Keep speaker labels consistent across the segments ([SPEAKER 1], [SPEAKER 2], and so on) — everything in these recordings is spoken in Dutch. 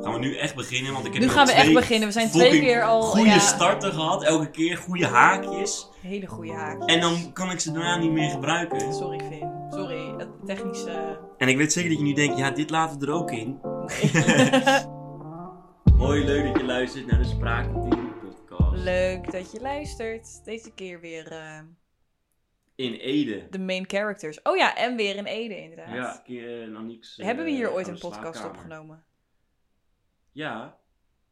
[SPEAKER 1] Gaan we nu echt beginnen? Want ik heb
[SPEAKER 2] Nu
[SPEAKER 1] al
[SPEAKER 2] gaan we echt
[SPEAKER 1] twee
[SPEAKER 2] beginnen. We zijn twee
[SPEAKER 1] fucking
[SPEAKER 2] keer al.
[SPEAKER 1] Goede
[SPEAKER 2] ja,
[SPEAKER 1] starten gehad, elke keer goede haakjes.
[SPEAKER 2] Hele goede haak.
[SPEAKER 1] En dan kan ik ze daarna niet meer gebruiken.
[SPEAKER 2] Sorry, Vin. Sorry, het technische.
[SPEAKER 1] En ik weet zeker dat je nu denkt, ja, dit laten we er ook in. Mooi, leuk dat je luistert naar de Spraakcultuur podcast.
[SPEAKER 2] Leuk dat je luistert. Deze keer weer eh,
[SPEAKER 1] In Ede.
[SPEAKER 2] de main characters. Oh ja, en weer in Ede, inderdaad.
[SPEAKER 1] Ja, een keer eh, Aniek's, eh,
[SPEAKER 2] Hebben we hier ooit een
[SPEAKER 1] oude
[SPEAKER 2] podcast
[SPEAKER 1] slaapkamer.
[SPEAKER 2] opgenomen?
[SPEAKER 1] Ja.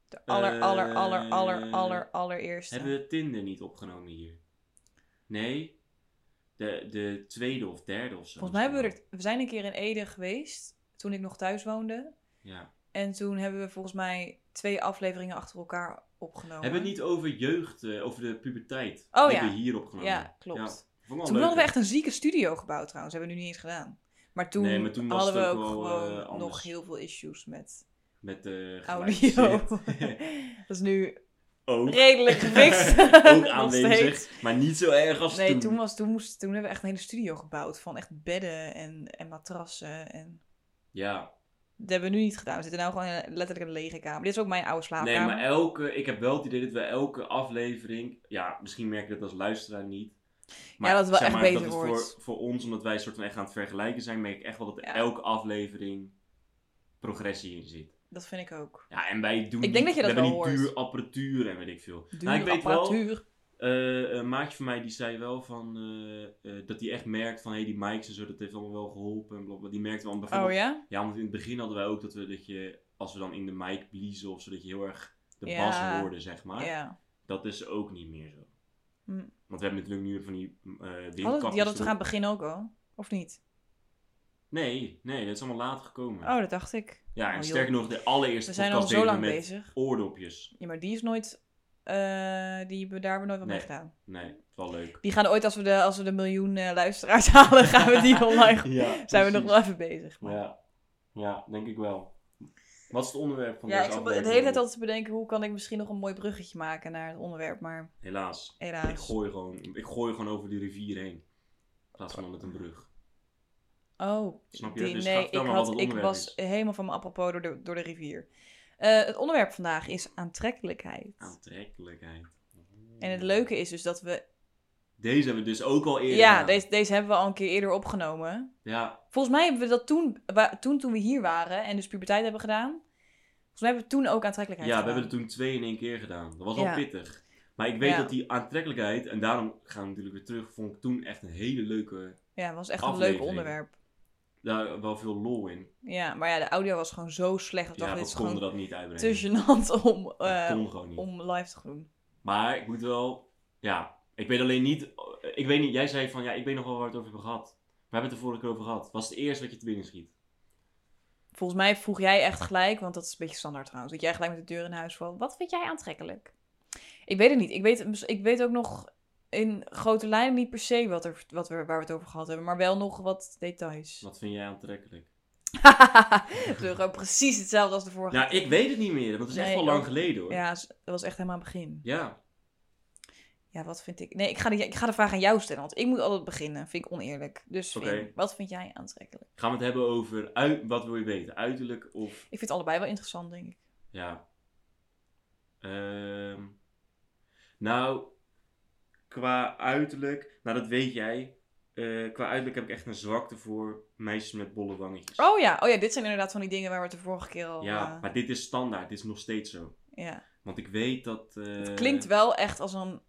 [SPEAKER 2] De aller, aller, aller,
[SPEAKER 1] Eh,
[SPEAKER 2] aller, aller, allereerste.
[SPEAKER 1] Hebben we Tinder niet opgenomen hier? Nee. De, de tweede of derde of zo.
[SPEAKER 2] Volgens mij hebben we er... We zijn een keer in Ede geweest, toen ik nog thuis woonde.
[SPEAKER 1] Ja.
[SPEAKER 2] En toen hebben we volgens mij twee afleveringen achter elkaar opgenomen.
[SPEAKER 1] Hebben we het niet over jeugd, eh, over de puberteit?
[SPEAKER 2] Oh
[SPEAKER 1] Die
[SPEAKER 2] ja.
[SPEAKER 1] hebben we hier opgenomen.
[SPEAKER 2] Ja, klopt.
[SPEAKER 1] Ja, Vond ik wel
[SPEAKER 2] Toen
[SPEAKER 1] leuk,
[SPEAKER 2] hadden we
[SPEAKER 1] hè?
[SPEAKER 2] echt een zieke studio gebouwd trouwens. Hebben we nu niet eens gedaan. Maar toen,
[SPEAKER 1] Nee, maar toen was
[SPEAKER 2] hadden we
[SPEAKER 1] het
[SPEAKER 2] ook
[SPEAKER 1] ook wel, eh,
[SPEAKER 2] gewoon
[SPEAKER 1] anders.
[SPEAKER 2] nog heel veel issues met
[SPEAKER 1] Met eh, de
[SPEAKER 2] audio.
[SPEAKER 1] geluidsshit.
[SPEAKER 2] dat is nu
[SPEAKER 1] ook.
[SPEAKER 2] redelijk gefixt.
[SPEAKER 1] ook
[SPEAKER 2] Nog steeds.
[SPEAKER 1] aanwezig. Maar niet zo erg als
[SPEAKER 2] Nee,
[SPEAKER 1] toen.
[SPEAKER 2] toen, was, toen, moest, toen hebben we echt een hele studio gebouwd. Van echt bedden en, en matrassen. En...
[SPEAKER 1] Ja.
[SPEAKER 2] Dat hebben we nu niet gedaan. We zitten nu gewoon in een- letterlijk een lege kamer. Dit is ook mijn oude
[SPEAKER 1] Nee,
[SPEAKER 2] slaapkamer.
[SPEAKER 1] maar elke... Ik heb wel het idee dat we elke aflevering... Ja, misschien merk je dat als luisteraar niet. Maar
[SPEAKER 2] dat het wel
[SPEAKER 1] zeg
[SPEAKER 2] echt
[SPEAKER 1] maar,
[SPEAKER 2] beter
[SPEAKER 1] dat het
[SPEAKER 2] wordt.
[SPEAKER 1] Voor, voor ons, omdat wij soort van echt aan het vergelijken zijn... merk ik echt wel dat
[SPEAKER 2] Ja.
[SPEAKER 1] elke aflevering progressie in zit.
[SPEAKER 2] Dat vind ik ook.
[SPEAKER 1] Ja, en wij doen
[SPEAKER 2] Ik denk
[SPEAKER 1] niet-
[SPEAKER 2] dat je dat
[SPEAKER 1] we hebben
[SPEAKER 2] wel
[SPEAKER 1] niet
[SPEAKER 2] hoort.
[SPEAKER 1] duur apparatuur en weet ik veel.
[SPEAKER 2] Duur
[SPEAKER 1] nou, ik weet wel,
[SPEAKER 2] apparatuur.
[SPEAKER 1] eh, een maatje van mij die zei wel van, eh, eh, dat hij echt merkt van, hey, die mics en zo, dat heeft allemaal wel geholpen. En blablabla. Die merkte wel bijvoorbeeld,
[SPEAKER 2] Oh ja?
[SPEAKER 1] ja, want in het begin hadden wij ook dat, we, dat je, als we dan in de mic bliezen of zo, dat je heel erg de
[SPEAKER 2] Ja.
[SPEAKER 1] bas hoorde, zeg maar.
[SPEAKER 2] Ja.
[SPEAKER 1] Dat is ook niet meer zo.
[SPEAKER 2] Hm.
[SPEAKER 1] Want we hebben natuurlijk nu van die eh
[SPEAKER 2] Hadden,
[SPEAKER 1] windkapjes
[SPEAKER 2] die hadden we toch aan
[SPEAKER 1] erop.
[SPEAKER 2] het begin ook al? Of niet?
[SPEAKER 1] Nee, nee, dat is allemaal later gekomen.
[SPEAKER 2] Oh, dat dacht ik.
[SPEAKER 1] ja, en
[SPEAKER 2] oh,
[SPEAKER 1] sterker nog, de allereerste
[SPEAKER 2] We zijn al
[SPEAKER 1] podcast
[SPEAKER 2] zo
[SPEAKER 1] deden
[SPEAKER 2] lang
[SPEAKER 1] we met
[SPEAKER 2] bezig.
[SPEAKER 1] oordopjes.
[SPEAKER 2] Ja, maar die is nooit... eh, die hebben, daar hebben we nooit wat mee
[SPEAKER 1] Nee.
[SPEAKER 2] gedaan.
[SPEAKER 1] Nee, het is wel leuk.
[SPEAKER 2] Die gaan ooit, als we de, als we de miljoen eh, luisteraars halen, gaan we die online...
[SPEAKER 1] ja,
[SPEAKER 2] Zijn we nog
[SPEAKER 1] precies.
[SPEAKER 2] wel even bezig. maar-
[SPEAKER 1] Ja. ja, denk ik wel. Wat is het onderwerp van
[SPEAKER 2] Ja, ik
[SPEAKER 1] deze
[SPEAKER 2] zat
[SPEAKER 1] aflevering?
[SPEAKER 2] de hele tijd al te bedenken hoe kan ik misschien nog een mooi bruggetje maken naar het onderwerp, maar
[SPEAKER 1] Helaas. Ik
[SPEAKER 2] helaas.
[SPEAKER 1] gooi, gewoon, ik gooi gewoon over die rivier heen. In plaats van met een brug.
[SPEAKER 2] Oh,
[SPEAKER 1] Snap je?
[SPEAKER 2] die-
[SPEAKER 1] Dus ga
[SPEAKER 2] nee,
[SPEAKER 1] vertel
[SPEAKER 2] ik,
[SPEAKER 1] maar wat het
[SPEAKER 2] had, ik
[SPEAKER 1] onderwerp
[SPEAKER 2] was
[SPEAKER 1] is.
[SPEAKER 2] helemaal van mijn apropos door de, door de rivier. Eh, het onderwerp vandaag is aantrekkelijkheid.
[SPEAKER 1] Oh. Aantrekkelijkheid.
[SPEAKER 2] En het leuke is dus dat we...
[SPEAKER 1] Deze hebben we dus ook al eerder
[SPEAKER 2] Ja,
[SPEAKER 1] gedaan.
[SPEAKER 2] deze, deze hebben we al een keer eerder opgenomen.
[SPEAKER 1] Ja,
[SPEAKER 2] Volgens mij hebben we dat toen, wa- toen, toen we hier waren en dus puberteit hebben gedaan... Volgens mij hebben we toen ook aantrekkelijkheid
[SPEAKER 1] ja, we
[SPEAKER 2] gedaan.
[SPEAKER 1] hebben er toen twee in één keer gedaan. Dat was al
[SPEAKER 2] Ja.
[SPEAKER 1] pittig. Maar ik weet
[SPEAKER 2] Ja.
[SPEAKER 1] dat die aantrekkelijkheid, en daarom gaan we natuurlijk weer terug, vond ik toen echt een hele leuke,
[SPEAKER 2] Ja, het was echt een
[SPEAKER 1] aflevering.
[SPEAKER 2] leuk onderwerp.
[SPEAKER 1] daar wel veel lol in.
[SPEAKER 2] Ja, maar ja, de audio was gewoon zo slecht. Ik dacht,
[SPEAKER 1] Ja,
[SPEAKER 2] dit
[SPEAKER 1] we
[SPEAKER 2] is
[SPEAKER 1] konden
[SPEAKER 2] gewoon
[SPEAKER 1] dat niet uitbrengen.
[SPEAKER 2] te gênant om,
[SPEAKER 1] Dat
[SPEAKER 2] eh,
[SPEAKER 1] kon gewoon niet.
[SPEAKER 2] om live te doen.
[SPEAKER 1] Maar ik moet wel, ja, ik weet alleen niet, ik weet niet, jij zei van ja, ik weet nog wel waar we het over hebben gehad. We hebben het er vorige keer over gehad. Was het eerst wat je te binnen schiet?
[SPEAKER 2] Volgens mij vroeg jij echt gelijk, want dat is een beetje standaard trouwens, dat jij gelijk met de deur in huis valt. Wat vind jij aantrekkelijk? Ik weet het niet. Ik weet, ik weet ook nog in grote lijnen niet per se wat er, wat we, waar we het over gehad hebben, maar wel nog wat details.
[SPEAKER 1] Wat vind jij aantrekkelijk?
[SPEAKER 2] Zo gewoon precies hetzelfde als de vorige.
[SPEAKER 1] Nou, ik weet het niet meer, want het is echt
[SPEAKER 2] Nee,
[SPEAKER 1] wel lang
[SPEAKER 2] ook-
[SPEAKER 1] geleden hoor. Ja.
[SPEAKER 2] Ja, dat was echt helemaal aan het begin. Ja, wat vind ik? Nee, ik ga, die, ik ga de vraag aan jou stellen, want ik moet altijd beginnen. Vind ik oneerlijk. Dus Vin,
[SPEAKER 1] Oké.
[SPEAKER 2] wat vind jij aantrekkelijk?
[SPEAKER 1] Gaan we het hebben over, uit, wat wil je weten? Uiterlijk of,
[SPEAKER 2] Ik vind het allebei wel interessant, denk ik.
[SPEAKER 1] ja. Ehm, nou, qua uiterlijk, nou dat weet jij. Eh, qua uiterlijk heb ik echt een zwakte voor meisjes met bolle wangetjes.
[SPEAKER 2] Oh ja, oh ja, dit zijn inderdaad van die dingen waar we het de vorige keer al...
[SPEAKER 1] ja,
[SPEAKER 2] eh,
[SPEAKER 1] maar dit is standaard, dit is nog steeds zo.
[SPEAKER 2] ja.
[SPEAKER 1] Want ik weet dat. eh,
[SPEAKER 2] Het klinkt wel echt als een,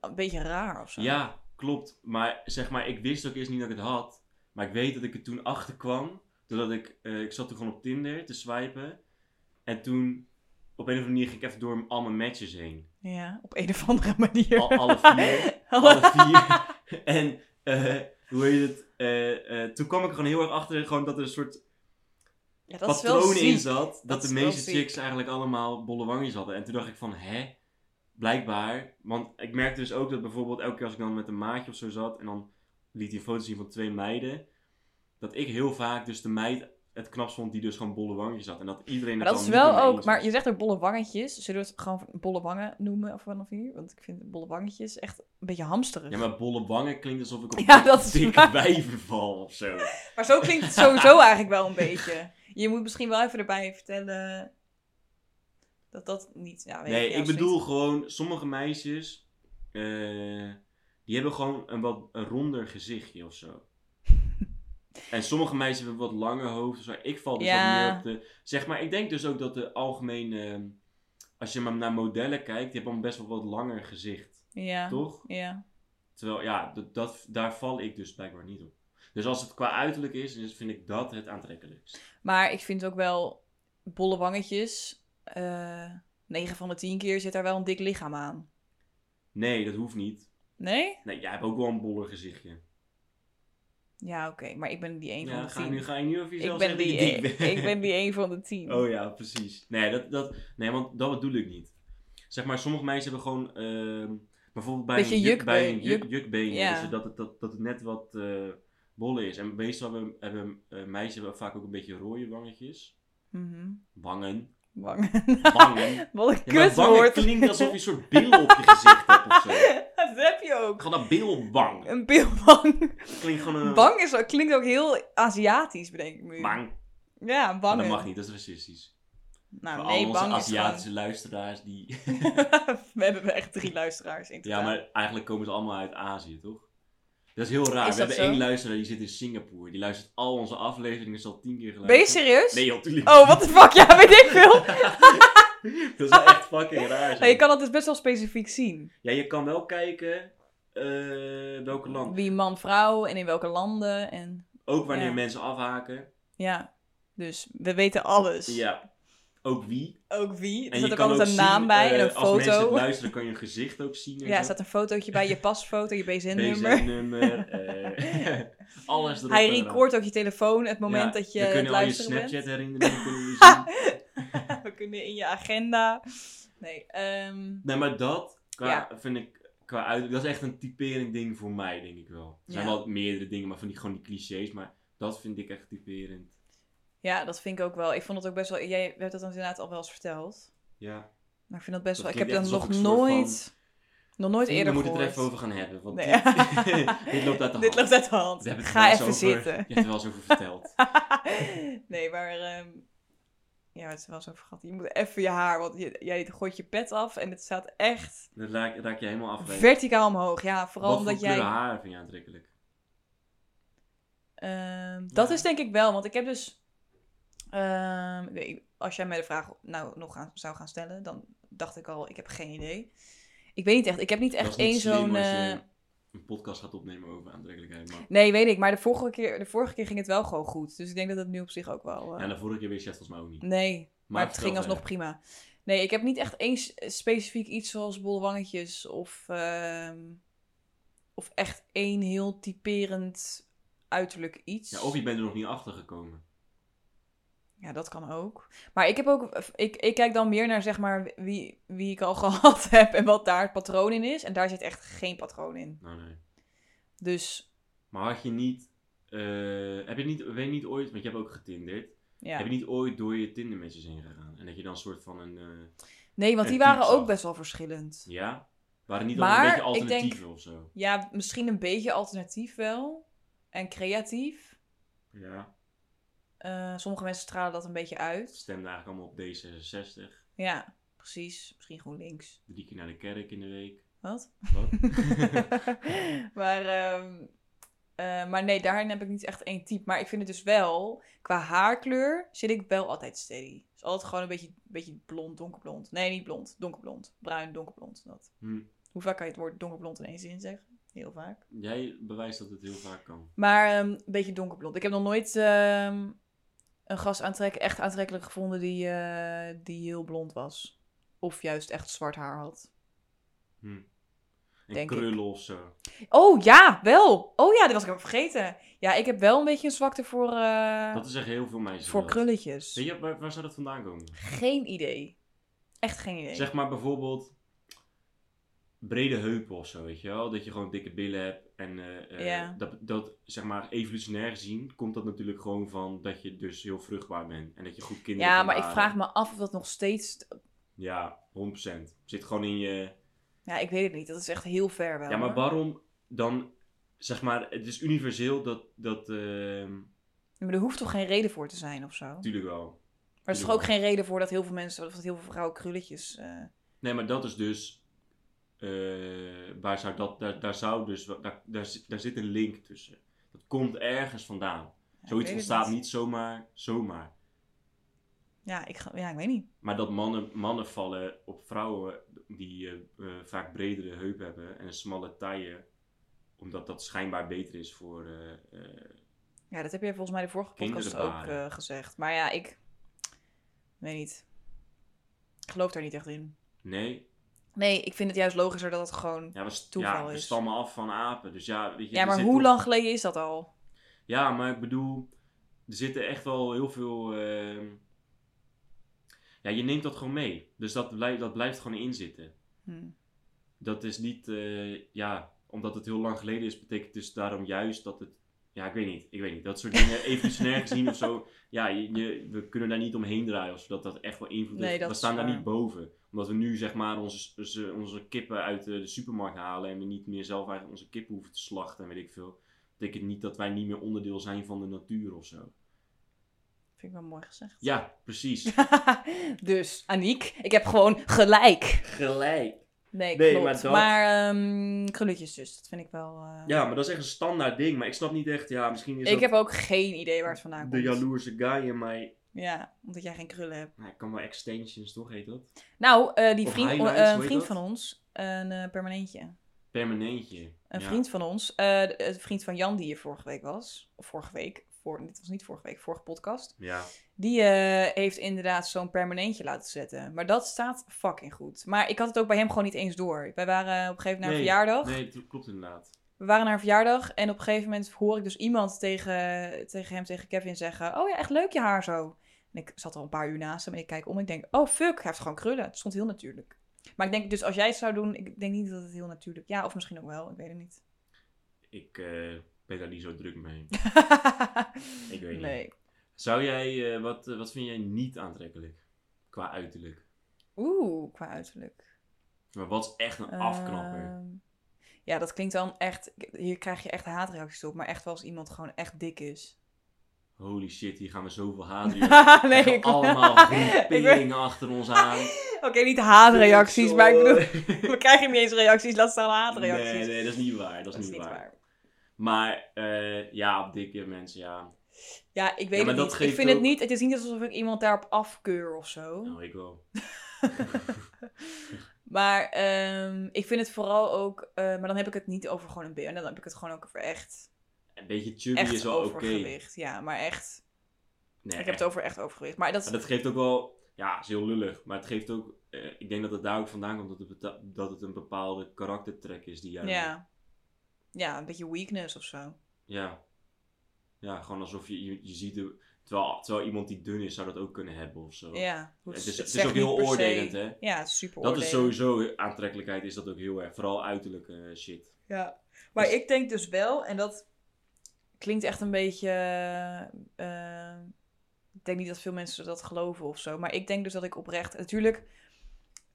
[SPEAKER 2] een beetje raar of zo.
[SPEAKER 1] Ja, klopt. Maar zeg maar, ik wist ook eerst niet dat ik het had. Maar ik weet dat ik er toen achter kwam. Doordat ik. eh, ik zat toen gewoon op Tinder te swipen. En toen. Op een of andere manier ging ik even door al mijn matches heen.
[SPEAKER 2] Ja, op een of andere manier.
[SPEAKER 1] Al- alle vier. Alle
[SPEAKER 2] Alle-
[SPEAKER 1] vier. en eh, hoe heet het? Eh, eh, toen kwam ik er gewoon heel erg achter gewoon dat er een soort
[SPEAKER 2] Ja, dat is wel
[SPEAKER 1] patroon in
[SPEAKER 2] ziek.
[SPEAKER 1] zat. Dat,
[SPEAKER 2] Dat
[SPEAKER 1] de
[SPEAKER 2] is wel
[SPEAKER 1] meeste
[SPEAKER 2] ziek.
[SPEAKER 1] chicks eigenlijk allemaal bolle wangjes hadden. En toen dacht ik van, hè? Blijkbaar. Want ik merkte dus ook dat bijvoorbeeld elke keer als ik dan met een maatje of zo zat... en dan liet hij een foto zien van twee meiden... dat ik heel vaak dus de meid het knapst vond die dus gewoon bolle wangjes had. En dat iedereen
[SPEAKER 2] Maar
[SPEAKER 1] het
[SPEAKER 2] dat is
[SPEAKER 1] dan niet
[SPEAKER 2] wel
[SPEAKER 1] mee
[SPEAKER 2] ook...
[SPEAKER 1] eens
[SPEAKER 2] Maar
[SPEAKER 1] was.
[SPEAKER 2] je zegt er bolle wangetjes. Zullen we het gewoon bolle wangen noemen of vanaf hier? Want ik vind bolle wangetjes echt een beetje hamsterig.
[SPEAKER 1] Ja, maar bolle wangen klinkt alsof ik op
[SPEAKER 2] Ja,
[SPEAKER 1] dikke-
[SPEAKER 2] dat is
[SPEAKER 1] dikke
[SPEAKER 2] waar.
[SPEAKER 1] wijven val of zo.
[SPEAKER 2] Maar zo klinkt het sowieso eigenlijk wel een beetje. Je moet misschien wel even erbij vertellen Dat dat niet... Nou, weet
[SPEAKER 1] Nee, ik
[SPEAKER 2] juist
[SPEAKER 1] bedoel
[SPEAKER 2] niet.
[SPEAKER 1] gewoon, sommige meisjes, eh, die hebben gewoon een wat een ronder gezichtje of zo. en sommige meisjes hebben wat langer hoofd. of zo. ik val dus
[SPEAKER 2] Ja.
[SPEAKER 1] wat meer op de... Zeg maar, ik denk dus ook dat de algemene... eh, Als je maar naar modellen kijkt, die hebben dan best wel wat langer gezicht,
[SPEAKER 2] Ja.
[SPEAKER 1] toch?
[SPEAKER 2] Ja.
[SPEAKER 1] Terwijl, ja, dat, dat, daar val ik dus blijkbaar niet op. Dus als het qua uiterlijk is, dan vind ik dat het aantrekkelijkst.
[SPEAKER 2] Maar ik vind ook wel bolle wangetjes... eh 9 van de 10 keer zit daar wel een dik lichaam aan.
[SPEAKER 1] Nee, dat hoeft niet.
[SPEAKER 2] Nee?
[SPEAKER 1] Nee, jij hebt ook wel een boller gezichtje.
[SPEAKER 2] Ja, oké. Maar ik ben die 1 van
[SPEAKER 1] Ja,
[SPEAKER 2] de
[SPEAKER 1] ga,
[SPEAKER 2] 10.
[SPEAKER 1] nu, ga je nu over
[SPEAKER 2] ik,
[SPEAKER 1] jezelf
[SPEAKER 2] ben
[SPEAKER 1] zeggen
[SPEAKER 2] die, eh,
[SPEAKER 1] dat je dik bent.
[SPEAKER 2] ik ben die 1 van de 10.
[SPEAKER 1] Oh ja, precies. Nee, dat, dat, nee, want dat bedoel ik niet. Zeg maar, sommige meisjes hebben gewoon... ehm, bijvoorbeeld bij
[SPEAKER 2] Beetje
[SPEAKER 1] een juk, bij
[SPEAKER 2] jukbeen-
[SPEAKER 1] een juk,
[SPEAKER 2] juk-
[SPEAKER 1] jukbeen.
[SPEAKER 2] ja.
[SPEAKER 1] dus dat, het, dat, dat het net wat eh bolle is. En meestal hebben, hebben eh, meisjes hebben vaak ook een beetje rode wangetjes.
[SPEAKER 2] Mhm.
[SPEAKER 1] Wangen.
[SPEAKER 2] Bang.
[SPEAKER 1] Wangen.
[SPEAKER 2] Wat een
[SPEAKER 1] Ja, maar wangen
[SPEAKER 2] kutwoord.
[SPEAKER 1] klinkt alsof je een soort bil op je gezicht hebt of zo.
[SPEAKER 2] Dat heb je ook.
[SPEAKER 1] Gewoon dat bilwang.
[SPEAKER 2] Een bilbang.
[SPEAKER 1] Klinkt gewoon een...
[SPEAKER 2] Bang is, ook- klinkt ook heel Aziatisch, bedenk ik me.
[SPEAKER 1] Eh. Bang.
[SPEAKER 2] Ja,
[SPEAKER 1] Maar
[SPEAKER 2] bang.
[SPEAKER 1] dat mag niet, dat is racistisch.
[SPEAKER 2] Nou,
[SPEAKER 1] Voor
[SPEAKER 2] nee,
[SPEAKER 1] al onze
[SPEAKER 2] bang is
[SPEAKER 1] Aziatische
[SPEAKER 2] gewoon...
[SPEAKER 1] luisteraars die...
[SPEAKER 2] We hebben echt drie luisteraars in
[SPEAKER 1] Ja,
[SPEAKER 2] totaal.
[SPEAKER 1] maar eigenlijk komen ze allemaal uit Azië, toch? Dat is heel raar.
[SPEAKER 2] Is
[SPEAKER 1] We
[SPEAKER 2] dat
[SPEAKER 1] hebben
[SPEAKER 2] zo?
[SPEAKER 1] één luisteraar die zit in Singapore. Die luistert al onze afleveringen, is al tien keer
[SPEAKER 2] Ben je
[SPEAKER 1] geluisterd.
[SPEAKER 2] serieus?
[SPEAKER 1] Nee, joh, tuurlijk.
[SPEAKER 2] Oh, what the fuck? Ja, weet ik veel.
[SPEAKER 1] niet. Dat is wel echt fucking raar. zijn.
[SPEAKER 2] Nee, je kan dat dus best wel specifiek zien.
[SPEAKER 1] Ja, je kan wel kijken eh, welke land.
[SPEAKER 2] Wie man, vrouw en in welke landen. En
[SPEAKER 1] Ook wanneer
[SPEAKER 2] Ja.
[SPEAKER 1] mensen afhaken.
[SPEAKER 2] ja, dus we weten alles.
[SPEAKER 1] Ja. Ook wie.
[SPEAKER 2] Ook wie. Er
[SPEAKER 1] En
[SPEAKER 2] staat
[SPEAKER 1] je
[SPEAKER 2] ook
[SPEAKER 1] kan
[SPEAKER 2] altijd een naam
[SPEAKER 1] zien,
[SPEAKER 2] bij
[SPEAKER 1] eh,
[SPEAKER 2] en een
[SPEAKER 1] Als mensen het
[SPEAKER 2] foto.
[SPEAKER 1] luisteren, kan je een gezicht ook zien. en
[SPEAKER 2] Ja, er
[SPEAKER 1] zo.
[SPEAKER 2] staat een fotootje bij, je pasfoto, je BZN-nummer.
[SPEAKER 1] BZ-nummer. eh, alles erop
[SPEAKER 2] Hij
[SPEAKER 1] en eraan.
[SPEAKER 2] recordt ook je telefoon het moment
[SPEAKER 1] Ja,
[SPEAKER 2] dat je
[SPEAKER 1] we
[SPEAKER 2] het
[SPEAKER 1] kunnen al je
[SPEAKER 2] luisteren
[SPEAKER 1] Snapchat
[SPEAKER 2] bent.
[SPEAKER 1] herinneringen kunnen we zien.
[SPEAKER 2] We kunnen in je agenda. Nee, ehm,
[SPEAKER 1] Nee, maar dat qua,
[SPEAKER 2] Ja.
[SPEAKER 1] vind ik qua uiterlijk, dat is echt een typerend ding voor mij, denk ik wel. Er zijn
[SPEAKER 2] Ja.
[SPEAKER 1] wel meerdere dingen, maar van die gewoon die clichés, maar dat vind ik echt typerend.
[SPEAKER 2] ja, dat vind ik ook wel. Ik vond het ook best wel... Jij hebt dat dan inderdaad al wel eens verteld.
[SPEAKER 1] Ja.
[SPEAKER 2] Maar ik vind dat best
[SPEAKER 1] Dat
[SPEAKER 2] wel... Ik heb dat
[SPEAKER 1] klinkt
[SPEAKER 2] nog
[SPEAKER 1] echt alsof ik soort
[SPEAKER 2] nooit... Nog nooit
[SPEAKER 1] We
[SPEAKER 2] eerder
[SPEAKER 1] moeten het er
[SPEAKER 2] gehoord.
[SPEAKER 1] even over gaan hebben, want
[SPEAKER 2] Nee.
[SPEAKER 1] dit, dit loopt uit de hand.
[SPEAKER 2] Dit loopt uit de hand.
[SPEAKER 1] We hebben het er
[SPEAKER 2] Ga
[SPEAKER 1] wel
[SPEAKER 2] even
[SPEAKER 1] eens over-
[SPEAKER 2] zitten.
[SPEAKER 1] Je hebt er wel eens over verteld.
[SPEAKER 2] nee, maar... ehm, ja, het is wel zo vergat. Je moet even je haar... Want je, jij gooit je pet af en het staat echt
[SPEAKER 1] Dan raak, raak je helemaal af.
[SPEAKER 2] verticaal omhoog. Ja, vooral
[SPEAKER 1] Wat
[SPEAKER 2] omdat
[SPEAKER 1] voor
[SPEAKER 2] jij...
[SPEAKER 1] kleur haar vind je aantrekkelijk?
[SPEAKER 2] Ehm, dat
[SPEAKER 1] Ja.
[SPEAKER 2] is denk ik wel, want ik heb dus. ehm, ik weet- als jij mij de vraag nou nog gaan, zou gaan stellen, dan dacht ik al, ik heb geen idee. Ik weet niet echt, ik heb niet
[SPEAKER 1] Dat
[SPEAKER 2] echt
[SPEAKER 1] is niet
[SPEAKER 2] één
[SPEAKER 1] slim
[SPEAKER 2] zo'n.
[SPEAKER 1] als
[SPEAKER 2] eh,
[SPEAKER 1] je Een podcast gaat opnemen over aantrekkelijkheid, maar...
[SPEAKER 2] Nee, weet ik, maar de vorige, keer, de vorige keer ging het wel gewoon goed. Dus ik denk dat het nu op zich ook wel. eh,
[SPEAKER 1] Ja, de vorige keer wist je het volgens mij ook niet.
[SPEAKER 2] Nee, maar, het
[SPEAKER 1] vertel
[SPEAKER 2] ging alsnog
[SPEAKER 1] verder.
[SPEAKER 2] prima. Nee, ik heb niet echt één s- specifiek iets zoals bolle wangetjes of. ehm, of echt één heel typerend uiterlijk iets.
[SPEAKER 1] Ja, of je bent er nog niet achter gekomen.
[SPEAKER 2] Ja, dat kan ook. Maar ik heb ook. Ik, ik kijk dan meer naar zeg maar wie, wie ik al gehad heb en wat daar het patroon in is. En daar zit echt geen patroon in.
[SPEAKER 1] Nou, nee.
[SPEAKER 2] Dus
[SPEAKER 1] Maar had je niet, eh, heb je niet, weet je niet ooit, want je hebt ook getinderd, heb
[SPEAKER 2] ja.
[SPEAKER 1] je niet ooit door je Tinder matches heen gegaan? En dat je dan een soort van een, eh,
[SPEAKER 2] Nee, want die
[SPEAKER 1] een type
[SPEAKER 2] waren ook
[SPEAKER 1] zag.
[SPEAKER 2] best wel verschillend.
[SPEAKER 1] ja, waren niet al
[SPEAKER 2] Maar
[SPEAKER 1] een beetje
[SPEAKER 2] ik denk-
[SPEAKER 1] alternatieven of zo?
[SPEAKER 2] Ja, misschien een beetje alternatief wel. En creatief.
[SPEAKER 1] Ja.
[SPEAKER 2] Eh, sommige mensen stralen dat een beetje
[SPEAKER 1] Het
[SPEAKER 2] uit.
[SPEAKER 1] stemde eigenlijk allemaal op D66,
[SPEAKER 2] Ja, precies. Misschien gewoon links.
[SPEAKER 1] drie keer naar de kerk in de week.
[SPEAKER 2] Wat?
[SPEAKER 1] Wat?
[SPEAKER 2] maar, ehm, eh, maar nee, daarin heb ik niet echt één type. Maar ik vind het dus wel, qua haarkleur zit ik wel altijd steady. Dus altijd gewoon een beetje, beetje blond, donkerblond. Nee, niet blond, donkerblond. Bruin, donkerblond. Dat.
[SPEAKER 1] Hm.
[SPEAKER 2] Hoe vaak kan je het woord donkerblond in één zin zeggen? Heel vaak.
[SPEAKER 1] Jij bewijst dat het heel vaak kan.
[SPEAKER 2] Maar ehm, een beetje donkerblond. Ik heb nog nooit ehm, een gast aantrek- echt aantrekkelijk gevonden die, eh, die heel blond was. Of juist echt zwart haar had.
[SPEAKER 1] Hm. En
[SPEAKER 2] Denk ik.
[SPEAKER 1] krullen of zo.
[SPEAKER 2] Oh ja, wel. Oh ja, dat was ik helemaal vergeten. Ja, ik heb wel een beetje een zwakte voor, eh,
[SPEAKER 1] Dat is echt heel veel meisjes.
[SPEAKER 2] voor
[SPEAKER 1] dat.
[SPEAKER 2] krulletjes.
[SPEAKER 1] Weet je, waar, waar zou dat vandaan komen?
[SPEAKER 2] Geen idee. Echt geen idee.
[SPEAKER 1] Zeg maar bijvoorbeeld brede heupen of zo, weet je wel? Dat je gewoon dikke billen hebt. En eh, eh,
[SPEAKER 2] Ja.
[SPEAKER 1] dat, dat, zeg maar, evolutionair gezien komt dat natuurlijk gewoon van dat je dus heel vruchtbaar bent. En dat je goed kinderen
[SPEAKER 2] ja,
[SPEAKER 1] kan
[SPEAKER 2] maar ik
[SPEAKER 1] baren.
[SPEAKER 2] vraag me af of dat nog steeds...
[SPEAKER 1] Ja, 100%. Zit gewoon in je...
[SPEAKER 2] Ja, ik weet het niet. Dat is echt heel ver wel.
[SPEAKER 1] Ja, maar
[SPEAKER 2] hoor.
[SPEAKER 1] waarom dan, zeg maar, het is universeel dat, dat, ehm,
[SPEAKER 2] Maar er hoeft toch geen reden voor te zijn of zo?
[SPEAKER 1] natuurlijk wel.
[SPEAKER 2] Maar er is toch ook geen reden voor dat heel veel mensen, of dat heel veel vrouwen krulletjes... eh,
[SPEAKER 1] Nee, maar dat is dus. eh, waar zou dat, daar, daar zou dus, wel- daar, daar, zit- daar zit een link tussen. Dat komt ergens vandaan.
[SPEAKER 2] ja, ik weet
[SPEAKER 1] Zoiets
[SPEAKER 2] het
[SPEAKER 1] ontstaat niet zomaar, zomaar.
[SPEAKER 2] Ja, ik, ga- ja, ik weet niet.
[SPEAKER 1] Maar dat mannen, mannen vallen op vrouwen die eh, eh, vaak bredere heup hebben en een smalle taille. Omdat dat schijnbaar beter is voor... eh, eh,
[SPEAKER 2] Ja, dat heb jij volgens mij de vorige
[SPEAKER 1] Kinderen
[SPEAKER 2] podcast ook
[SPEAKER 1] baren.
[SPEAKER 2] eh, gezegd. Maar ja, ik weet niet. Ik geloof daar niet echt in.
[SPEAKER 1] nee.
[SPEAKER 2] Nee, ik vind het juist logischer dat het gewoon...
[SPEAKER 1] Ja, we, st-
[SPEAKER 2] Toeval
[SPEAKER 1] ja, we
[SPEAKER 2] is.
[SPEAKER 1] stammen af van apen. Dus ja, weet je,
[SPEAKER 2] Ja,
[SPEAKER 1] er
[SPEAKER 2] maar
[SPEAKER 1] zit
[SPEAKER 2] hoe
[SPEAKER 1] toch-
[SPEAKER 2] lang geleden is dat al?
[SPEAKER 1] Ja, maar ik bedoel, er zitten echt wel heel veel. ehm, Ja, je neemt dat gewoon mee. Dus dat, blijft dat blijft gewoon in zitten.
[SPEAKER 2] Hm.
[SPEAKER 1] Dat is niet, eh, ja, omdat het heel lang geleden is, betekent dus daarom juist dat het. Ja, ik weet niet, ik weet niet. Dat soort dingen, evolutionair gezien of zo. Ja, je, je- we kunnen daar niet omheen draaien of zo, dat dat echt wel invloed
[SPEAKER 2] Nee,
[SPEAKER 1] heeft.
[SPEAKER 2] dat
[SPEAKER 1] we
[SPEAKER 2] is
[SPEAKER 1] staan daar
[SPEAKER 2] waar.
[SPEAKER 1] niet boven. Omdat we nu, zeg maar, onze, onze, onze kippen uit eh, de supermarkt halen en we niet meer zelf eigenlijk onze kippen hoeven te slachten en weet ik veel. Betekent niet dat wij niet meer onderdeel zijn van de natuur of zo.
[SPEAKER 2] Vind ik wel mooi gezegd.
[SPEAKER 1] Ja, precies.
[SPEAKER 2] dus, Aniek, ik heb gewoon gelijk.
[SPEAKER 1] Gelijk.
[SPEAKER 2] Nee,
[SPEAKER 1] Nee,
[SPEAKER 2] klopt. Maar,
[SPEAKER 1] maar dat-
[SPEAKER 2] ehm, krulletjes dus, dat vind ik wel... eh,
[SPEAKER 1] Ja, maar dat is echt een standaard ding. Maar ik snap niet echt, ja, misschien is
[SPEAKER 2] ik
[SPEAKER 1] dat
[SPEAKER 2] heb ook geen idee waar het vandaan komt.
[SPEAKER 1] de jaloerse guy in mij.
[SPEAKER 2] Ja, omdat jij geen krullen hebt.
[SPEAKER 1] Nou, ik kan wel extensions, toch heet dat?
[SPEAKER 2] Nou, eh, die
[SPEAKER 1] Of
[SPEAKER 2] vriend,
[SPEAKER 1] highlights,
[SPEAKER 2] eh,
[SPEAKER 1] hoe
[SPEAKER 2] een
[SPEAKER 1] heet
[SPEAKER 2] vriend
[SPEAKER 1] dat?
[SPEAKER 2] van ons, een eh, permanentje.
[SPEAKER 1] Permanentje.
[SPEAKER 2] Een
[SPEAKER 1] Ja.
[SPEAKER 2] vriend van ons, eh, de- een vriend van Jan die hier vorige week was, of vorige week, voor, dit was niet vorige week, vorige podcast,
[SPEAKER 1] Ja.
[SPEAKER 2] die eh, heeft inderdaad zo'n permanentje laten zetten. Maar dat staat fucking goed. Maar ik had het ook bij hem gewoon niet eens door. Wij waren op een gegeven moment naar
[SPEAKER 1] Nee,
[SPEAKER 2] een verjaardag.
[SPEAKER 1] Nee, dat klopt inderdaad.
[SPEAKER 2] We waren naar een verjaardag en op een gegeven moment hoor ik dus iemand tegen, tegen hem, tegen Kevin zeggen, oh ja, echt leuk je haar zo. En ik zat al een paar uur naast hem en ik kijk om en ik denk, oh fuck, hij heeft gewoon krullen. Het stond heel natuurlijk. Maar ik denk dus als jij het zou doen, ik denk niet dat het heel natuurlijk, ja, of misschien ook wel, ik weet het niet.
[SPEAKER 1] Ik eh, ben daar niet zo druk mee. Ik weet niet.
[SPEAKER 2] Nee.
[SPEAKER 1] Zou jij, eh, wat, eh, wat vind jij niet aantrekkelijk? Qua uiterlijk.
[SPEAKER 2] Oeh, qua uiterlijk.
[SPEAKER 1] Maar wat is echt een
[SPEAKER 2] Eh.
[SPEAKER 1] afknapper?
[SPEAKER 2] Ehm, ja, dat klinkt dan echt... Hier krijg je echt haatreacties op. Maar echt wel als iemand gewoon echt dik is.
[SPEAKER 1] Holy shit, hier gaan we zoveel haat doen.
[SPEAKER 2] nee,
[SPEAKER 1] Krijgen
[SPEAKER 2] ik...
[SPEAKER 1] allemaal
[SPEAKER 2] ik
[SPEAKER 1] groeperingen
[SPEAKER 2] weet-
[SPEAKER 1] achter ons aan.
[SPEAKER 2] Oké, niet haatreacties, maar ik bedoel...
[SPEAKER 1] bedoel...
[SPEAKER 2] We krijgen niet eens reacties, laat staan haatreacties.
[SPEAKER 1] Nee, nee, dat is niet waar. Dat is, niet, waar. Maar eh, ja, op dikke mensen, ja.
[SPEAKER 2] Ja, ik weet
[SPEAKER 1] maar
[SPEAKER 2] het
[SPEAKER 1] dat
[SPEAKER 2] niet. Ik
[SPEAKER 1] geeft
[SPEAKER 2] vind het
[SPEAKER 1] ook-
[SPEAKER 2] niet... Het is niet alsof ik iemand daarop afkeur of zo.
[SPEAKER 1] Nou, ik wel.
[SPEAKER 2] Maar ehm, ik vind het vooral ook... eh, maar dan heb ik het niet over gewoon een beer. Dan heb ik het gewoon ook over echt...
[SPEAKER 1] Een beetje chubby
[SPEAKER 2] Echt
[SPEAKER 1] is wel oké. Nee,
[SPEAKER 2] overgewicht. Ja, maar echt... ik heb
[SPEAKER 1] echt.
[SPEAKER 2] het over echt overgewicht. Maar dat is
[SPEAKER 1] Maar dat geeft ook wel... Ja, is heel lullig. Maar het geeft ook... eh, ik denk dat het daar ook vandaan komt dat het, beta- dat het een bepaalde karaktertrek is die jij...
[SPEAKER 2] Ja. Ja, een beetje weakness of zo.
[SPEAKER 1] Ja. Ja, gewoon alsof je... Je, je ziet... De, terwijl, terwijl iemand die dun is zou dat ook kunnen hebben of zo.
[SPEAKER 2] Ja. hoe
[SPEAKER 1] Het is, het is
[SPEAKER 2] zegt
[SPEAKER 1] ook heel
[SPEAKER 2] niet per se-
[SPEAKER 1] oordelend, hè.
[SPEAKER 2] Ja, het is super
[SPEAKER 1] Dat is
[SPEAKER 2] oordelend.
[SPEAKER 1] sowieso... Aantrekkelijkheid is dat ook heel erg. Vooral uiterlijke eh, shit.
[SPEAKER 2] Ja. Maar
[SPEAKER 1] Dus-
[SPEAKER 2] ik denk dus wel, en dat klinkt echt een beetje... eh, ik denk niet dat veel mensen dat geloven of zo. Maar ik denk dus dat ik oprecht... Natuurlijk,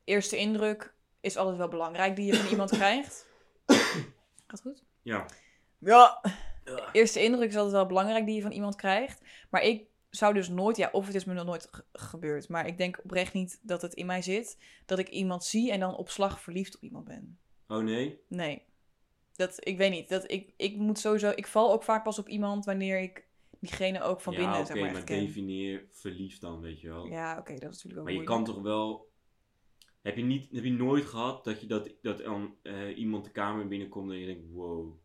[SPEAKER 2] eerste indruk is altijd wel belangrijk die je van iemand krijgt. Gaat goed?
[SPEAKER 1] Ja.
[SPEAKER 2] Ja. Eerste indruk is altijd wel belangrijk die je van iemand krijgt. Maar ik zou dus nooit, ja, of het is me nog nooit ge- gebeurd, maar ik denk oprecht niet dat het in mij zit dat ik iemand zie en dan op slag verliefd op iemand ben.
[SPEAKER 1] Oh nee?
[SPEAKER 2] Nee. Dat, ik weet niet. Dat, ik, ik moet sowieso, ik val ook vaak pas op iemand wanneer ik diegene ook van
[SPEAKER 1] ja,
[SPEAKER 2] binnen,
[SPEAKER 1] oké,
[SPEAKER 2] zeg maar, echt
[SPEAKER 1] maar
[SPEAKER 2] ken.
[SPEAKER 1] definieer verliefd dan, weet je wel.
[SPEAKER 2] Ja, oké, dat is natuurlijk ook
[SPEAKER 1] maar je kan
[SPEAKER 2] moeilijk.
[SPEAKER 1] toch wel... Heb je, niet, heb je nooit gehad dat, je dat, dat dan, eh, iemand de kamer binnenkomt en je denkt, wow.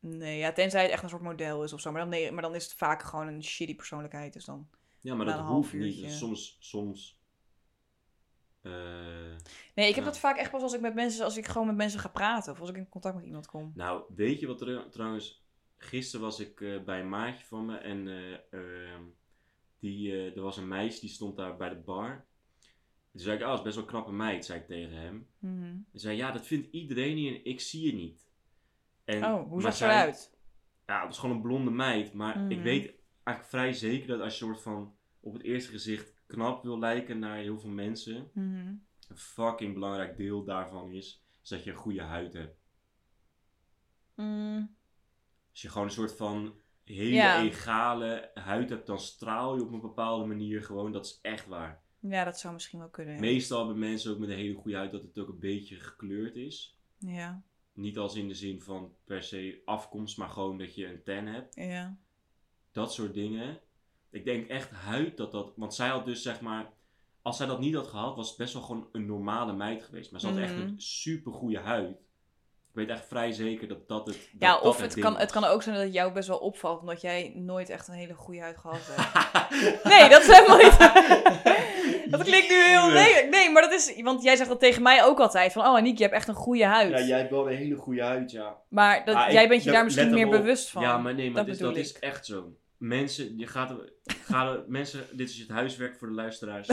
[SPEAKER 2] Nee, ja, tenzij het echt een soort model is of zo. Maar dan, nee, maar dan is het vaak gewoon een shitty persoonlijkheid, dus dan...
[SPEAKER 1] Ja, maar
[SPEAKER 2] Na
[SPEAKER 1] dat
[SPEAKER 2] een
[SPEAKER 1] hoeft
[SPEAKER 2] half
[SPEAKER 1] niet.
[SPEAKER 2] uurtje.
[SPEAKER 1] Soms, soms... eh,
[SPEAKER 2] Nee, ik heb
[SPEAKER 1] Ja.
[SPEAKER 2] dat vaak echt pas als ik met mensen, als ik gewoon met mensen ga praten of als ik in contact met iemand kom.
[SPEAKER 1] nou, weet je wat er, trouwens... Gisteren was ik eh, bij een maatje van me en eh, ehm, die, eh, er was een meisje die stond daar bij de bar. Toen zei ik, oh, dat is best wel een knappe meid, zei ik tegen hem.
[SPEAKER 2] Mhm.
[SPEAKER 1] Hij zei, ja, dat vindt iedereen hier en ik zie je niet. En,
[SPEAKER 2] Oh, hoe
[SPEAKER 1] maar
[SPEAKER 2] zag ze
[SPEAKER 1] zij-
[SPEAKER 2] eruit?
[SPEAKER 1] Ja, het is gewoon een blonde meid. Maar ik
[SPEAKER 2] Mhm.
[SPEAKER 1] weet eigenlijk vrij zeker dat als je soort van op het eerste gezicht knap wil lijken naar heel veel mensen,
[SPEAKER 2] Mhm.
[SPEAKER 1] een fucking belangrijk deel daarvan is, is dat je een goede huid hebt.
[SPEAKER 2] Mm,
[SPEAKER 1] Als je gewoon een soort van hele
[SPEAKER 2] Ja.
[SPEAKER 1] egale huid hebt, dan straal je op een bepaalde manier gewoon. Dat is echt waar.
[SPEAKER 2] Ja, dat zou misschien wel kunnen. ja.
[SPEAKER 1] Meestal hebben mensen ook met een hele goede huid dat het ook een beetje gekleurd is.
[SPEAKER 2] Ja,
[SPEAKER 1] Niet als in de zin van per se afkomst, maar gewoon dat je een tan hebt.
[SPEAKER 2] ja.
[SPEAKER 1] Dat soort dingen. Ik denk echt huid dat dat... Want zij had dus zeg maar... Als zij dat niet had gehad, was het best wel gewoon een normale meid geweest. Maar ze had echt
[SPEAKER 2] Mhm.
[SPEAKER 1] een super goede huid. Ik weet echt vrij zeker dat dat het... dat
[SPEAKER 2] Ja,
[SPEAKER 1] dat
[SPEAKER 2] of het
[SPEAKER 1] ding
[SPEAKER 2] kan, het
[SPEAKER 1] was.
[SPEAKER 2] kan ook zijn dat het jou best wel opvalt, omdat jij nooit echt een hele goede huid gehad hebt. Nee, dat is helemaal niet- Dat klinkt nu heel lelijk. Nee, maar dat is. Want jij zegt dat tegen mij ook altijd: van oh, Aniek, je hebt echt een goede huid.
[SPEAKER 1] Ja, jij hebt wel een hele goede huid, ja.
[SPEAKER 2] Maar dat,
[SPEAKER 1] Ah, ik-
[SPEAKER 2] jij bent je
[SPEAKER 1] dat-
[SPEAKER 2] daar misschien
[SPEAKER 1] let er
[SPEAKER 2] meer
[SPEAKER 1] maar op.
[SPEAKER 2] bewust van.
[SPEAKER 1] Ja, maar nee, maar
[SPEAKER 2] dat
[SPEAKER 1] dat, is,
[SPEAKER 2] bedoel
[SPEAKER 1] dat
[SPEAKER 2] ik.
[SPEAKER 1] is echt zo. Mensen, je gaat, ga er- mensen, dit is het huiswerk voor de luisteraars.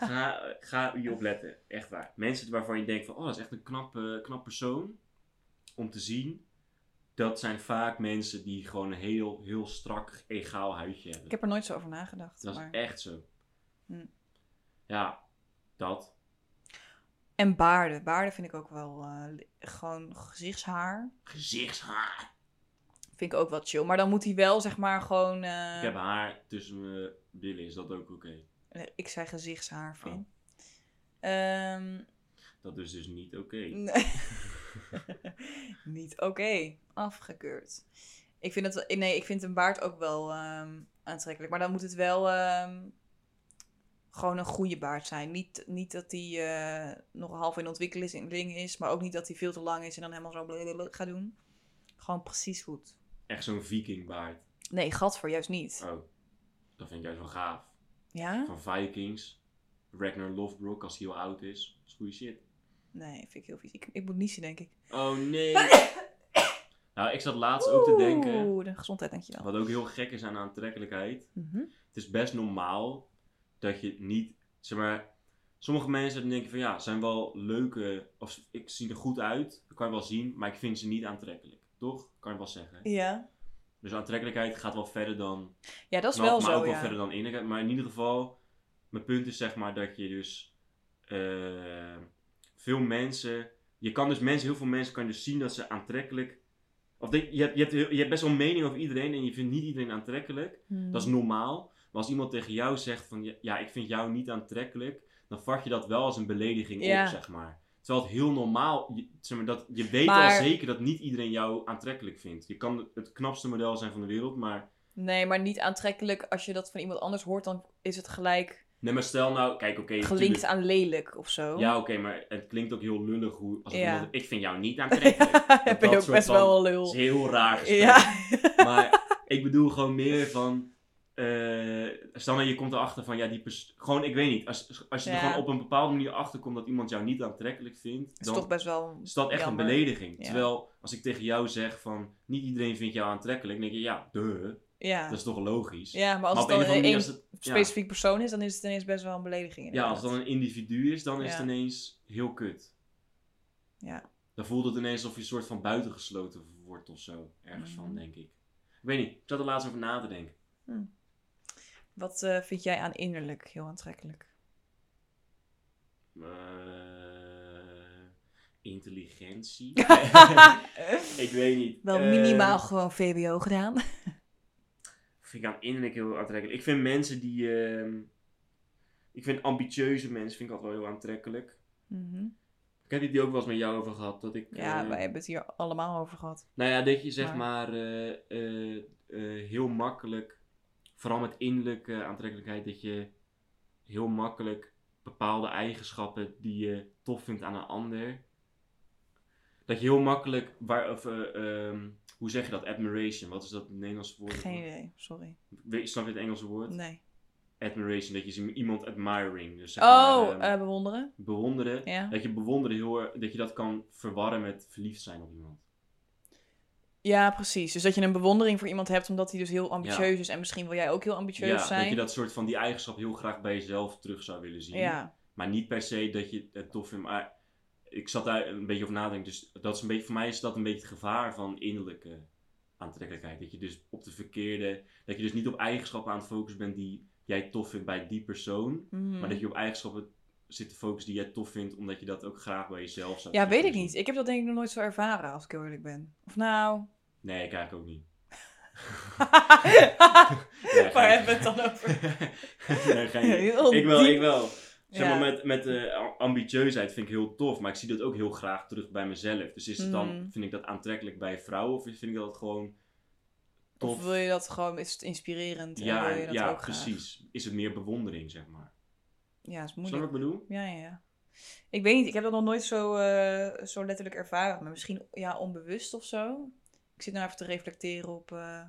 [SPEAKER 1] Ga, ga hierop letten, echt waar. Mensen waarvan je denkt van, oh, dat is echt een knap, eh, knap persoon om te zien. Dat zijn vaak mensen die gewoon een heel, heel strak, egaal huidje hebben.
[SPEAKER 2] ik heb er nooit zo over nagedacht.
[SPEAKER 1] Dat is
[SPEAKER 2] maar-
[SPEAKER 1] echt zo.
[SPEAKER 2] Hm.
[SPEAKER 1] Ja, dat.
[SPEAKER 2] En baarden. Baarden vind ik ook wel. eh, li- gewoon gezichtshaar.
[SPEAKER 1] Gezichtshaar.
[SPEAKER 2] Vind ik ook wel chill. Maar dan moet hij wel, zeg maar, gewoon. eh,
[SPEAKER 1] Ik heb haar tussen mijn billen, is dat ook oké?
[SPEAKER 2] nee, ik zei gezichtshaar, vind.
[SPEAKER 1] Oh.
[SPEAKER 2] Ehm,
[SPEAKER 1] Dat is dus niet oké.
[SPEAKER 2] Nee. Niet oké. Afgekeurd. Ik vind, het, wel- nee, ik vind een baard ook wel ehm, aantrekkelijk. Maar dan moet het wel ehm, gewoon een goede baard zijn. Niet, niet dat die eh, nog half in ontwikkeling is. Maar ook niet dat hij veel te lang is en dan helemaal zo blablabla gaat doen. Gewoon precies goed.
[SPEAKER 1] Echt zo'n vikingbaard.
[SPEAKER 2] Nee, gat voor juist niet.
[SPEAKER 1] Oh, dat vind ik juist wel gaaf.
[SPEAKER 2] Ja?
[SPEAKER 1] Van Vikings, Ragnar Lothbrok als hij heel oud is. Dat is goede shit.
[SPEAKER 2] Nee, vind ik heel vies. Ik, ik moet niezen, denk ik.
[SPEAKER 1] Oh nee. nou, ik zat laatst ook te denken.
[SPEAKER 2] Oeh, de gezondheid, dankjewel.
[SPEAKER 1] Wat ook heel gek is aan aantrekkelijkheid.
[SPEAKER 2] Mhm.
[SPEAKER 1] Het is best normaal dat je niet, zeg maar... Sommige mensen denken van ja, zijn wel leuke, of ik zie er goed uit, dat kan je wel zien, maar ik vind ze niet aantrekkelijk. Toch? Kan je wel zeggen.
[SPEAKER 2] Ja.
[SPEAKER 1] Dus aantrekkelijkheid gaat wel verder dan
[SPEAKER 2] Ja, dat is
[SPEAKER 1] knap,
[SPEAKER 2] wel
[SPEAKER 1] maar
[SPEAKER 2] zo,
[SPEAKER 1] ook wel
[SPEAKER 2] ja.
[SPEAKER 1] verder dan innerlijk. Maar in ieder geval, mijn punt is zeg maar dat je dus eh, veel mensen, je kan dus mensen, heel veel mensen kan je dus zien dat ze aantrekkelijk, of dat- je, hebt, je, hebt, heel- je hebt best wel een mening over iedereen en je vindt niet iedereen aantrekkelijk.
[SPEAKER 2] Hmm.
[SPEAKER 1] Dat is normaal. Maar als iemand tegen jou zegt van, ja, ja, ik vind jou niet aantrekkelijk, dan vat je dat wel als een belediging
[SPEAKER 2] Ja.
[SPEAKER 1] op, zeg maar. Terwijl het heel normaal, je, zeg maar, dat, je weet
[SPEAKER 2] Maar-
[SPEAKER 1] al zeker dat niet iedereen jou aantrekkelijk vindt. Je kan het knapste model zijn van de wereld, maar
[SPEAKER 2] Nee, maar niet aantrekkelijk. Als je dat van iemand anders hoort, dan is het gelijk
[SPEAKER 1] Nee, maar stel nou, kijk, oké.
[SPEAKER 2] gelinkt
[SPEAKER 1] tuurlijk.
[SPEAKER 2] aan lelijk of zo.
[SPEAKER 1] Ja, oké, maar het klinkt ook heel lullig hoe. Als
[SPEAKER 2] Ja.
[SPEAKER 1] iemand, ik vind jou niet aantrekkelijk.
[SPEAKER 2] dat
[SPEAKER 1] dat
[SPEAKER 2] ben je ook
[SPEAKER 1] soort
[SPEAKER 2] best
[SPEAKER 1] van-
[SPEAKER 2] wel een
[SPEAKER 1] Dat is
[SPEAKER 2] lul.
[SPEAKER 1] heel raar. gesprek.
[SPEAKER 2] Ja.
[SPEAKER 1] Maar ik bedoel gewoon meer van. eh stel nou, je komt erachter van, ja, die pers- Gewoon, ik weet niet. Als, als je er
[SPEAKER 2] Ja.
[SPEAKER 1] gewoon op een bepaalde manier achter komt dat iemand jou niet aantrekkelijk vindt,
[SPEAKER 2] Dat is toch
[SPEAKER 1] dan
[SPEAKER 2] best wel...
[SPEAKER 1] is dat echt
[SPEAKER 2] jammer.
[SPEAKER 1] een belediging.
[SPEAKER 2] Ja.
[SPEAKER 1] Terwijl als ik tegen jou zeg van, niet iedereen vindt jou aantrekkelijk, dan denk je, ja, duh,
[SPEAKER 2] Ja.
[SPEAKER 1] dat is toch logisch.
[SPEAKER 2] ja, maar als
[SPEAKER 1] Dus maar
[SPEAKER 2] het dan een,
[SPEAKER 1] als het- ja.
[SPEAKER 2] specifiek persoon is, dan is het ineens best wel een belediging.
[SPEAKER 1] Ja,
[SPEAKER 2] inderdaad.
[SPEAKER 1] als het dan een individu is, dan is
[SPEAKER 2] Ja.
[SPEAKER 1] het ineens heel kut.
[SPEAKER 2] Ja.
[SPEAKER 1] Dan voelt het ineens alsof je een soort van buitengesloten wordt of zo. Ergens van,
[SPEAKER 2] Mhm.
[SPEAKER 1] denk ik. Ik weet niet, ik zat er laatst over na te denken.
[SPEAKER 2] Wat eh, vind jij aan innerlijk heel aantrekkelijk?
[SPEAKER 1] Eh, intelligentie?
[SPEAKER 2] wel
[SPEAKER 1] ik weet niet. Eh,
[SPEAKER 2] minimaal gewoon VBO gedaan.
[SPEAKER 1] vind ik aan innerlijk heel aantrekkelijk. Ik vind mensen die... ehm, ik vind ambitieuze mensen vind ik altijd wel heel aantrekkelijk.
[SPEAKER 2] Mhm.
[SPEAKER 1] Ik heb het hier ook wel eens met jou over gehad. Dat ik,
[SPEAKER 2] Ja,
[SPEAKER 1] eh,
[SPEAKER 2] wij hebben het hier allemaal over gehad.
[SPEAKER 1] Nou ja, dat je zeg
[SPEAKER 2] Maar-
[SPEAKER 1] maar, eh, eh, eh, heel makkelijk, vooral met innerlijke aantrekkelijkheid, dat je heel makkelijk bepaalde eigenschappen die je tof vindt aan een ander, dat je heel makkelijk, waar, of, eh, ehm, hoe zeg je dat, admiration, wat is dat Nederlandse woord?
[SPEAKER 2] Geen idee, sorry.
[SPEAKER 1] Weet, snap je het Engelse woord?
[SPEAKER 2] Nee.
[SPEAKER 1] Admiration, dat je z- iemand admiring, dus zeg
[SPEAKER 2] Oh,
[SPEAKER 1] maar, ehm,
[SPEAKER 2] eh, bewonderen.
[SPEAKER 1] bewonderen.
[SPEAKER 2] Ja.
[SPEAKER 1] Dat je bewonderen heel erg, dat je dat kan verwarren met verliefd zijn op iemand.
[SPEAKER 2] Ja, precies. Dus dat je een bewondering voor iemand hebt omdat hij dus heel ambitieus is. En misschien wil jij ook heel ambitieus
[SPEAKER 1] Ja,
[SPEAKER 2] zijn.
[SPEAKER 1] dat je dat soort van die eigenschap heel graag bij jezelf terug zou willen zien.
[SPEAKER 2] Ja,
[SPEAKER 1] Maar niet per se dat je het tof vindt. Maar ik zat daar een beetje over nadenken. Dus dat is een beetje, voor mij is dat een beetje het gevaar van innerlijke aantrekkelijkheid. Dat je dus op de verkeerde, dat je dus niet op eigenschappen aan het focussen bent die jij tof vindt bij die persoon.
[SPEAKER 2] Mhm.
[SPEAKER 1] Maar dat je op eigenschappen zit te focussen die jij tof vindt, omdat je dat dus ook graag bij jezelf zou
[SPEAKER 2] ja
[SPEAKER 1] terug
[SPEAKER 2] weet ik
[SPEAKER 1] willen
[SPEAKER 2] niet.
[SPEAKER 1] zien.
[SPEAKER 2] Ik heb dat denk ik nog nooit zo ervaren, als ik heel eerlijk ben. Of nou,
[SPEAKER 1] Nee, ik eigenlijk ook niet. Nee,
[SPEAKER 2] Waar
[SPEAKER 1] geen-
[SPEAKER 2] hebben we het dan over?
[SPEAKER 1] nee, geen- Ik wel, ik wel. Zeg maar, met, met eh, a- ambitieusheid vind ik heel tof, maar ik zie dat ook heel graag terug bij mezelf. Dus is het dan,
[SPEAKER 2] Mm.
[SPEAKER 1] vind ik dat aantrekkelijk bij vrouwen of vind ik dat gewoon tof?
[SPEAKER 2] Of wil je dat gewoon, is het inspirerend? en
[SPEAKER 1] ja,
[SPEAKER 2] wil je dat
[SPEAKER 1] ja
[SPEAKER 2] ook graag?
[SPEAKER 1] precies. Is het meer bewondering, zeg maar.
[SPEAKER 2] Ja, dat is
[SPEAKER 1] Snap
[SPEAKER 2] moeilijk.
[SPEAKER 1] wat ik bedoel?
[SPEAKER 2] Ja, ja, ja. Ik weet niet, ik heb dat nog nooit zo, eh, zo letterlijk ervaren. Maar misschien ja, onbewust of zo. Ik zit nou even te reflecteren op eh,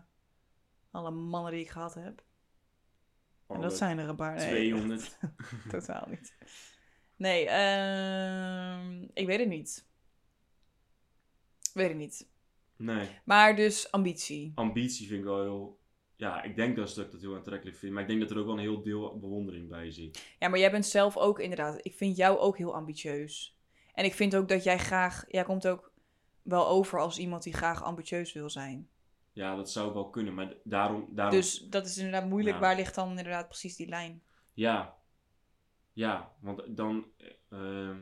[SPEAKER 2] alle mannen die ik gehad heb. En
[SPEAKER 1] Alle
[SPEAKER 2] dat zijn er een paar. Nee,
[SPEAKER 1] 200.
[SPEAKER 2] echt, totaal niet. Nee, ehm, ik weet het niet. Weet het niet.
[SPEAKER 1] Nee,
[SPEAKER 2] Maar dus ambitie.
[SPEAKER 1] ambitie vind ik wel heel... Ja, ik denk dat ik dat heel aantrekkelijk vind, maar ik denk dat er ook wel een heel deel bewondering bij zit.
[SPEAKER 2] Ja, maar jij bent zelf ook inderdaad. Ik vind jou ook heel ambitieus. En ik vind ook dat jij graag. Jij komt ook wel over als iemand die graag ambitieus wil zijn.
[SPEAKER 1] Ja, dat zou wel kunnen, maar d- daarom... daarom
[SPEAKER 2] Dus dat is inderdaad moeilijk.
[SPEAKER 1] Nou. Ja.
[SPEAKER 2] Waar ligt dan inderdaad precies die lijn?
[SPEAKER 1] Ja. Ja, want dan... eh, ehm,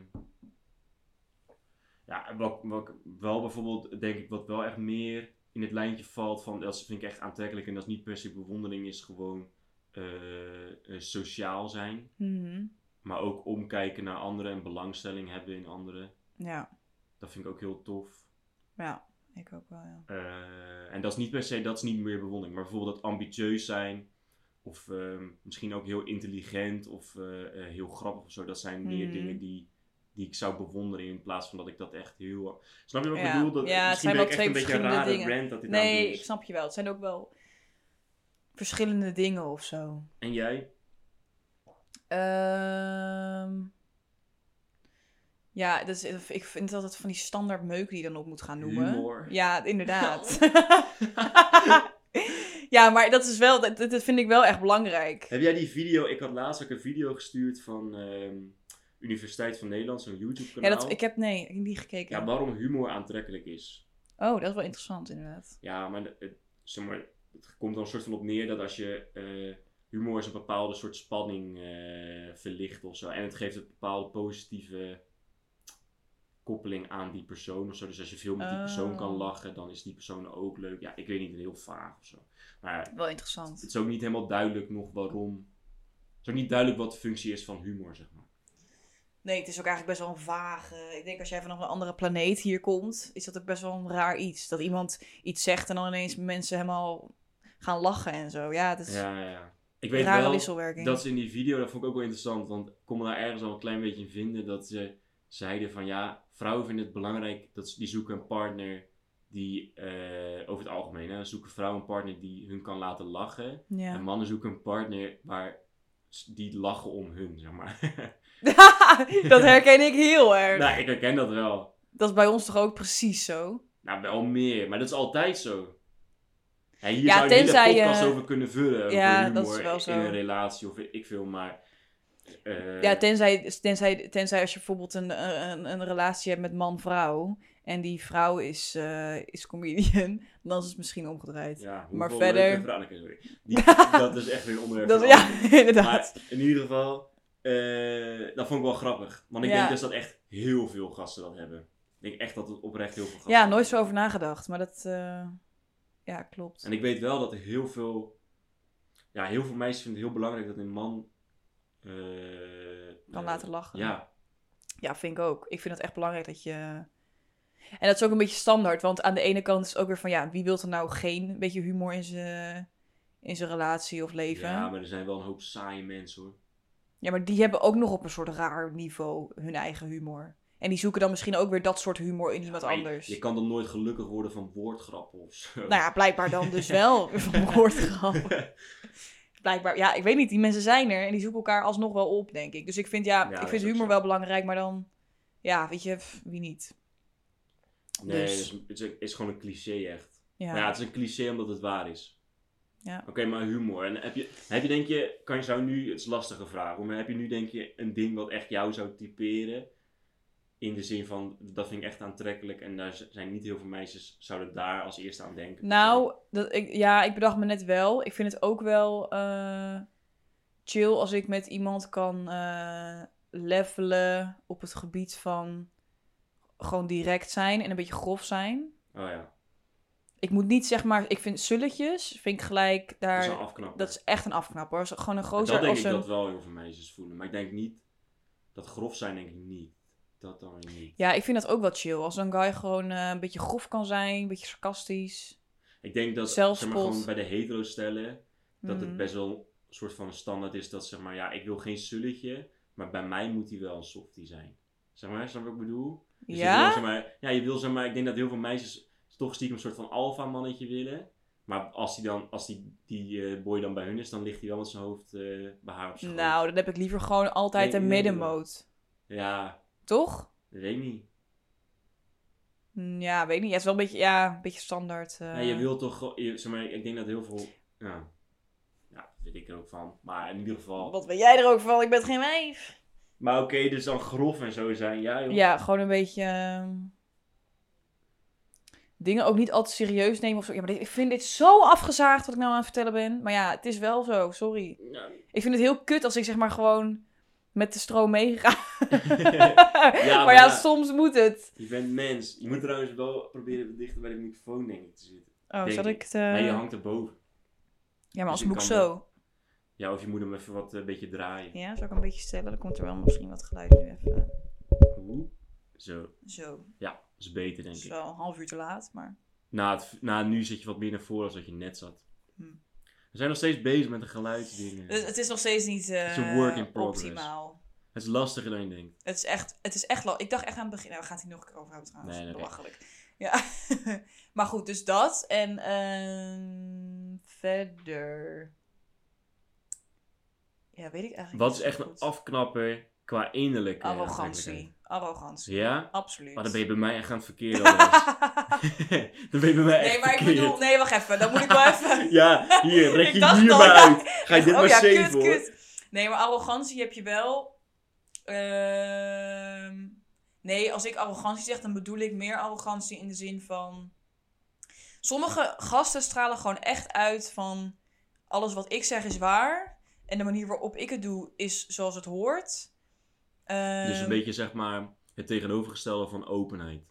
[SPEAKER 1] ja, wat, wat ik wel bijvoorbeeld, denk ik, wat wel echt meer in het lijntje valt van... Dat vind ik echt aantrekkelijk en dat is niet per se bewondering, is gewoon eh, eh, sociaal zijn.
[SPEAKER 2] Mhm.
[SPEAKER 1] Maar ook omkijken naar anderen en belangstelling hebben in anderen.
[SPEAKER 2] Ja,
[SPEAKER 1] Dat vind ik ook heel tof.
[SPEAKER 2] ja, ik ook wel. Ja.
[SPEAKER 1] Eh, en dat is niet per se, dat is niet meer bewondering. Maar bijvoorbeeld dat ambitieus zijn. Of ehm, misschien ook heel intelligent of eh, eh, heel grappig of zo. Dat zijn meer
[SPEAKER 2] Mhm.
[SPEAKER 1] dingen die, die ik zou bewonderen in plaats van dat ik dat echt heel... Snap je wat ik
[SPEAKER 2] Ja.
[SPEAKER 1] bedoel? Dat,
[SPEAKER 2] Ja, het
[SPEAKER 1] misschien
[SPEAKER 2] zijn
[SPEAKER 1] ben
[SPEAKER 2] wel
[SPEAKER 1] ik echt
[SPEAKER 2] twee
[SPEAKER 1] een beetje een
[SPEAKER 2] verschillende
[SPEAKER 1] rare
[SPEAKER 2] dingen.
[SPEAKER 1] rant dat dit nou dus. aan het
[SPEAKER 2] Nee,
[SPEAKER 1] doen
[SPEAKER 2] ik
[SPEAKER 1] is.
[SPEAKER 2] snap je wel. Het zijn ook wel verschillende dingen of zo.
[SPEAKER 1] En jij?
[SPEAKER 2] Ehm, Ja, dus ik vind altijd van die standaard meuk die je dan op moet gaan noemen.
[SPEAKER 1] Humor.
[SPEAKER 2] Ja, inderdaad. ja, maar dat is wel, dat, dat vind ik wel echt belangrijk.
[SPEAKER 1] Heb jij die video... Ik had laatst ook een video gestuurd van ehm, Universiteit van Nederland. Zo'n YouTube
[SPEAKER 2] Ja,
[SPEAKER 1] kanaal.
[SPEAKER 2] dat, ik heb, nee, ik heb niet gekeken.
[SPEAKER 1] nou. ja, waarom humor aantrekkelijk is.
[SPEAKER 2] Oh, dat is wel interessant inderdaad.
[SPEAKER 1] Ja, maar de- het, zeg maar, het komt er een soort van op neer dat als je eh, humor is een bepaalde soort spanning eh, verlicht of zo. En het geeft een bepaalde positieve koppeling aan die persoon of zo. Dus als je veel met die persoon kan
[SPEAKER 2] Oh.
[SPEAKER 1] lachen, dan is die persoon ook leuk. Ja, ik weet niet, heel vaag of zo. Maar
[SPEAKER 2] Wel
[SPEAKER 1] het
[SPEAKER 2] interessant.
[SPEAKER 1] is ook niet helemaal duidelijk nog waarom. Het is ook niet duidelijk wat de functie is van humor, zeg maar.
[SPEAKER 2] Nee, het is ook eigenlijk best wel een vage... Ik denk als jij vanaf een andere planeet hier komt, is dat ook best wel een raar iets. Dat iemand iets zegt en dan ineens mensen helemaal gaan lachen en zo. Ja, het is
[SPEAKER 1] Ja, ja, ja. Ik
[SPEAKER 2] een
[SPEAKER 1] weet
[SPEAKER 2] rare
[SPEAKER 1] wel,
[SPEAKER 2] wisselwerking.
[SPEAKER 1] Dat is in die video, dat vond ik ook wel interessant. Want ik kon me daar ergens al een klein beetje in vinden dat ze zeiden van ja, vrouwen vinden het belangrijk dat ze, die zoeken een partner die eh, over het algemeen, hè, zoeken vrouwen een partner die hun kan laten lachen. En
[SPEAKER 2] Ja.
[SPEAKER 1] mannen zoeken een partner waar s- die lachen om hun, zeg maar.
[SPEAKER 2] dat herken ik heel erg.
[SPEAKER 1] nou, ik herken dat wel.
[SPEAKER 2] Dat is bij ons toch ook precies zo?
[SPEAKER 1] Nou, wel meer, maar dat is altijd zo. Ja, hier
[SPEAKER 2] Ja,
[SPEAKER 1] zou je een hele
[SPEAKER 2] tenzij je-
[SPEAKER 1] podcast over kunnen vullen. over
[SPEAKER 2] Ja,
[SPEAKER 1] humor
[SPEAKER 2] dat is wel zo.
[SPEAKER 1] In een relatie of ik veel, maar... eh,
[SPEAKER 2] Ja, tenzij, tenzij, tenzij als je bijvoorbeeld een, een, een relatie hebt met man-vrouw. En die vrouw is, eh, is comedian. Dan is het misschien omgedraaid.
[SPEAKER 1] Ja,
[SPEAKER 2] Maar
[SPEAKER 1] hoeveel leuke
[SPEAKER 2] verder-
[SPEAKER 1] verhalen ken je weer? Die, dat is echt weer een onderwerp.
[SPEAKER 2] Dat,
[SPEAKER 1] voor
[SPEAKER 2] ja,
[SPEAKER 1] anderen.
[SPEAKER 2] inderdaad.
[SPEAKER 1] Maar in ieder geval, eh, dat vond ik wel grappig. Want ik
[SPEAKER 2] Ja.
[SPEAKER 1] denk dus dat echt heel veel gasten dat hebben. Ik denk echt dat het oprecht heel veel gasten
[SPEAKER 2] Ja, nooit zo
[SPEAKER 1] hebben.
[SPEAKER 2] over nagedacht. Maar dat... eh, ja, klopt.
[SPEAKER 1] En ik weet wel dat er heel veel... Ja, heel veel meisjes vinden het heel belangrijk dat een man... eh,
[SPEAKER 2] Kan
[SPEAKER 1] eh,
[SPEAKER 2] laten lachen.
[SPEAKER 1] Ja,
[SPEAKER 2] Ja, vind ik ook. Ik vind het echt belangrijk dat je... En dat is ook een beetje standaard. Want aan de ene kant is het ook weer van... Ja, wie wil er nou geen beetje humor in zijn in zijn relatie of leven?
[SPEAKER 1] ja, maar er zijn wel een hoop saaie mensen hoor.
[SPEAKER 2] Ja, maar die hebben ook nog op een soort raar niveau hun eigen humor. En die zoeken dan misschien ook weer dat soort humor in iemand
[SPEAKER 1] Maar je-
[SPEAKER 2] anders.
[SPEAKER 1] Je, kan dan nooit gelukkig worden van woordgrappen of zo.
[SPEAKER 2] Nou ja, blijkbaar dan dus wel. Van woordgrappen. Blijkbaar, ja, ik weet niet. Die mensen zijn er en die zoeken elkaar alsnog wel op, denk ik. Dus ik vind, ja,
[SPEAKER 1] Ja, dat
[SPEAKER 2] ik
[SPEAKER 1] is
[SPEAKER 2] vind
[SPEAKER 1] ook
[SPEAKER 2] humor
[SPEAKER 1] zo.
[SPEAKER 2] wel belangrijk, maar dan... Ja, weet je, pff, wie niet?
[SPEAKER 1] nee,
[SPEAKER 2] Dus-
[SPEAKER 1] het, is, het is- het is gewoon een cliché echt.
[SPEAKER 2] Ja,
[SPEAKER 1] Maar Nou ja, het is een cliché omdat het waar is.
[SPEAKER 2] Ja.
[SPEAKER 1] Oké, maar humor. En heb je, heb je denk je, kan je zou nu, het is een lastige vraag, hoor, maar heb je nu denk je een ding wat echt jou zou typeren? In de zin van, dat vind ik echt aantrekkelijk en daar z- zijn niet heel veel meisjes zouden daar als eerste aan denken.
[SPEAKER 2] Nou, dat, ik, ja, ik bedacht me net wel. Ik vind het ook wel eh, chill als ik met iemand kan eh, levelen op het gebied van gewoon direct zijn en een beetje grof zijn.
[SPEAKER 1] Oh ja.
[SPEAKER 2] Ik moet niet zeg maar, ik vind sulletjes, vind ik gelijk daar.
[SPEAKER 1] dat is een afknapper.
[SPEAKER 2] Dat is echt een afknapper. Als- Gewoon een
[SPEAKER 1] dat
[SPEAKER 2] gozer
[SPEAKER 1] denk
[SPEAKER 2] als
[SPEAKER 1] ik
[SPEAKER 2] een...
[SPEAKER 1] dat wel heel veel meisjes voelen. Maar ik denk niet... Dat grof zijn denk ik niet. Dat dan weer niet.
[SPEAKER 2] Ja, ik vind dat ook wel chill. Als een guy gewoon eh, een beetje grof kan zijn, een beetje sarcastisch.
[SPEAKER 1] Ik denk dat zeg maar,
[SPEAKER 2] Zelfspot.
[SPEAKER 1] gewoon bij de hetero stellen... Dat het
[SPEAKER 2] Mm.
[SPEAKER 1] best wel een soort van een standaard is dat zeg maar... Ja, ik wil geen sulletje, maar bij mij moet hij wel een softie zijn. Zeg maar, snap je wat ik bedoel? Dus je wil,
[SPEAKER 2] ja?
[SPEAKER 1] zeg maar, ja, je wil zeg maar... Ik denk dat heel veel meisjes toch stiekem een soort van alfa mannetje willen... Maar als, die, dan, als die, die eh, boy dan bij hun is, dan ligt hij wel met zijn hoofd eh, bij haar op schoot.
[SPEAKER 2] Nou, dan heb ik liever gewoon altijd
[SPEAKER 1] Nee,
[SPEAKER 2] een
[SPEAKER 1] nee,
[SPEAKER 2] middenmoot.
[SPEAKER 1] Ja,
[SPEAKER 2] Toch?
[SPEAKER 1] dat weet ik niet.
[SPEAKER 2] Hm, Ja, weet niet. Ja, het is wel een beetje, ja, een beetje standaard. eh.
[SPEAKER 1] Ja, je wilt toch, gewoon- je- zeg maar, ik denk dat heel veel, ja, ja, weet ik er ook van. Maar in ieder geval.
[SPEAKER 2] Wat ben jij er ook van? Ik ben geen wijf.
[SPEAKER 1] Maar oké, dus dan grof en zo zijn, ja joh.
[SPEAKER 2] Ja, gewoon een beetje... ehm, Dingen ook niet al te serieus nemen of zo. Ja, maar dit- ik vind dit zo afgezaagd wat ik nou aan het vertellen ben. Maar ja, het is wel zo. Sorry.
[SPEAKER 1] Ja.
[SPEAKER 2] Ik vind het heel kut als ik zeg maar gewoon met de stroom meega. maar
[SPEAKER 1] maar
[SPEAKER 2] ja,
[SPEAKER 1] ja.
[SPEAKER 2] soms moet het.
[SPEAKER 1] je bent mens. Je moet trouwens wel proberen dichter bij de microfoon denk ik te zitten.
[SPEAKER 2] Oh,
[SPEAKER 1] Denk
[SPEAKER 2] zat
[SPEAKER 1] ik.
[SPEAKER 2] ik het... eh,
[SPEAKER 1] Nee, je hangt erboven.
[SPEAKER 2] Ja, maar als
[SPEAKER 1] dus je
[SPEAKER 2] moet ik
[SPEAKER 1] kan
[SPEAKER 2] zo.
[SPEAKER 1] Ja, of je moet hem even wat, eh, een beetje draaien.
[SPEAKER 2] Ja, zou ik een beetje stellen? Dan komt er wel misschien wat geluid nu even. eh,
[SPEAKER 1] Oeh. Zo,
[SPEAKER 2] Zo.
[SPEAKER 1] ja, dat is beter denk
[SPEAKER 2] Het is
[SPEAKER 1] ik.
[SPEAKER 2] wel een half uur te laat, maar...
[SPEAKER 1] Na, het, na nu zit je wat meer naar voren als dat je net zat.
[SPEAKER 2] Hm.
[SPEAKER 1] We zijn nog steeds bezig met de geluidsdingen.
[SPEAKER 2] Het, het is nog steeds niet eh,
[SPEAKER 1] Het is een work in progress.
[SPEAKER 2] optimaal.
[SPEAKER 1] Het is lastiger dan je denkt.
[SPEAKER 2] Het is echt, het is echt, la- ik dacht echt aan het begin, nou, we gaan het hier nog een keer over hebben trouwens,
[SPEAKER 1] Nee, nee, nee.
[SPEAKER 2] belachelijk. Ja, maar goed, dus dat en ehm, verder. Ja, weet ik eigenlijk
[SPEAKER 1] Wat
[SPEAKER 2] niet
[SPEAKER 1] is
[SPEAKER 2] zo
[SPEAKER 1] echt een
[SPEAKER 2] goed.
[SPEAKER 1] afknapper qua innerlijke aantrekkelijkheid?
[SPEAKER 2] Arrogantie, arrogantie,
[SPEAKER 1] Ja?
[SPEAKER 2] absoluut.
[SPEAKER 1] Maar dan ben je bij mij echt aan het verkeerde. adres. dan ben je bij mij echt
[SPEAKER 2] nee, maar ik
[SPEAKER 1] verkeerd.
[SPEAKER 2] bedoel, nee, wacht even, dan moet ik wel even.
[SPEAKER 1] Ja, hier,
[SPEAKER 2] Ik
[SPEAKER 1] rek je
[SPEAKER 2] dacht
[SPEAKER 1] hier
[SPEAKER 2] al,
[SPEAKER 1] maar
[SPEAKER 2] ja.
[SPEAKER 1] uit. Ga je dit
[SPEAKER 2] oh
[SPEAKER 1] maar
[SPEAKER 2] ja,
[SPEAKER 1] safe
[SPEAKER 2] kut,
[SPEAKER 1] hoor.
[SPEAKER 2] kut. Nee, maar arrogantie heb je wel. Ehm, nee, als ik arrogantie zeg, dan bedoel ik meer arrogantie in de zin van. Sommige gasten stralen gewoon echt uit van. Alles wat ik zeg is waar. En de manier waarop ik het doe is zoals het hoort. Ehm,
[SPEAKER 1] Dus een beetje zeg maar het tegenovergestelde van openheid.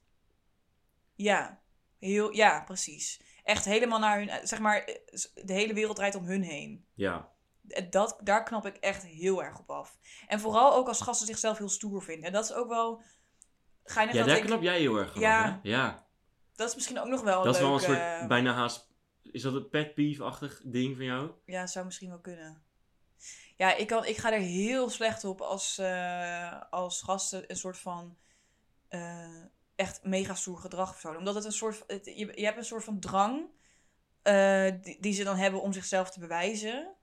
[SPEAKER 2] Ja, heel, ja, precies. Echt helemaal naar hun. Zeg maar, eh, de hele wereld draait om hun heen. Eh,
[SPEAKER 1] Ja,
[SPEAKER 2] dat, daar knap ik echt heel erg op af. En vooral ook als gasten zichzelf heel stoer vinden. En dat is ook wel geinig
[SPEAKER 1] ja
[SPEAKER 2] dat
[SPEAKER 1] daar
[SPEAKER 2] ik...
[SPEAKER 1] knap jij heel erg van.
[SPEAKER 2] Ja.
[SPEAKER 1] hè? ja.
[SPEAKER 2] Dat is misschien ook nog wel
[SPEAKER 1] Dat is
[SPEAKER 2] leuk.
[SPEAKER 1] wel een soort
[SPEAKER 2] eh,
[SPEAKER 1] bijna haast. Is dat een pet peeve-achtig ding van jou?
[SPEAKER 2] Ja, zou misschien wel kunnen. Ja, ik, kan, ik ga er heel slecht op als, eh, als gasten een soort van... eh, echt mega stoer gedrag of zo. Omdat het een soort... het- je, je hebt een soort van drang... eh, die, die ze dan hebben om zichzelf te bewijzen.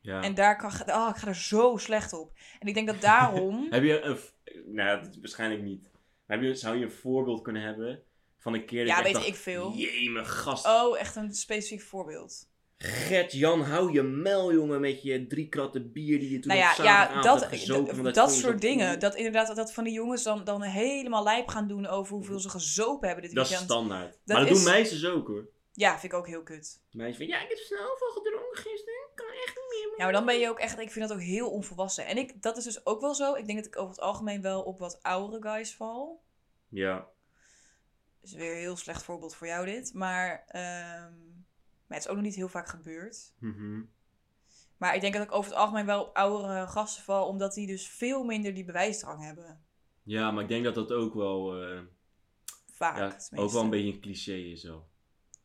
[SPEAKER 1] Ja.
[SPEAKER 2] En daar kan... Oh, ik ga er zo slecht op. En ik denk dat daarom...
[SPEAKER 1] Heb je een. v- Nou, dat is waarschijnlijk niet. Maar heb je, zou je een voorbeeld kunnen hebben van een keer dat
[SPEAKER 2] ja,
[SPEAKER 1] je echt
[SPEAKER 2] weet
[SPEAKER 1] dacht,
[SPEAKER 2] ik veel.
[SPEAKER 1] Jee, mijn gast.
[SPEAKER 2] Oh, echt een specifiek voorbeeld.
[SPEAKER 1] Gert-Jan, hou je mel, jongen, met je drie kratten bier die je toen
[SPEAKER 2] nou ja,
[SPEAKER 1] op
[SPEAKER 2] ja
[SPEAKER 1] zaterdagavond
[SPEAKER 2] dat,
[SPEAKER 1] hebt gezopen,
[SPEAKER 2] dat,
[SPEAKER 1] omdat
[SPEAKER 2] dat
[SPEAKER 1] je vond
[SPEAKER 2] soort
[SPEAKER 1] dat-
[SPEAKER 2] dingen. Dat inderdaad dat van die jongens dan, dan helemaal lijp gaan doen over hoeveel ze gezopen hebben dit
[SPEAKER 1] Dat is
[SPEAKER 2] weekend.
[SPEAKER 1] standaard.
[SPEAKER 2] Dat
[SPEAKER 1] maar dat
[SPEAKER 2] is-
[SPEAKER 1] doen meisjes ook, hoor.
[SPEAKER 2] Ja, vind ik ook heel kut.
[SPEAKER 1] Meisjes van, ja, ik heb snel gedronken gisteren. Ik kan echt niet meer.
[SPEAKER 2] Ja, maar dan ben je ook echt, ik vind dat ook heel onvolwassen. En ik, dat is dus ook wel zo. Ik denk dat ik over het algemeen wel op wat oudere guys val.
[SPEAKER 1] Ja.
[SPEAKER 2] Is weer een heel slecht voorbeeld voor jou dit. Maar, ehm, maar het is ook nog niet heel vaak gebeurd.
[SPEAKER 1] Mhm.
[SPEAKER 2] Maar ik denk dat ik over het algemeen wel op oudere gasten val, omdat die dus veel minder die bewijsdrang hebben.
[SPEAKER 1] Ja, maar ik denk dat dat ook wel, eh,
[SPEAKER 2] Vaak.
[SPEAKER 1] ja, ook wel
[SPEAKER 2] tenminste.
[SPEAKER 1] een beetje een cliché is. Wel.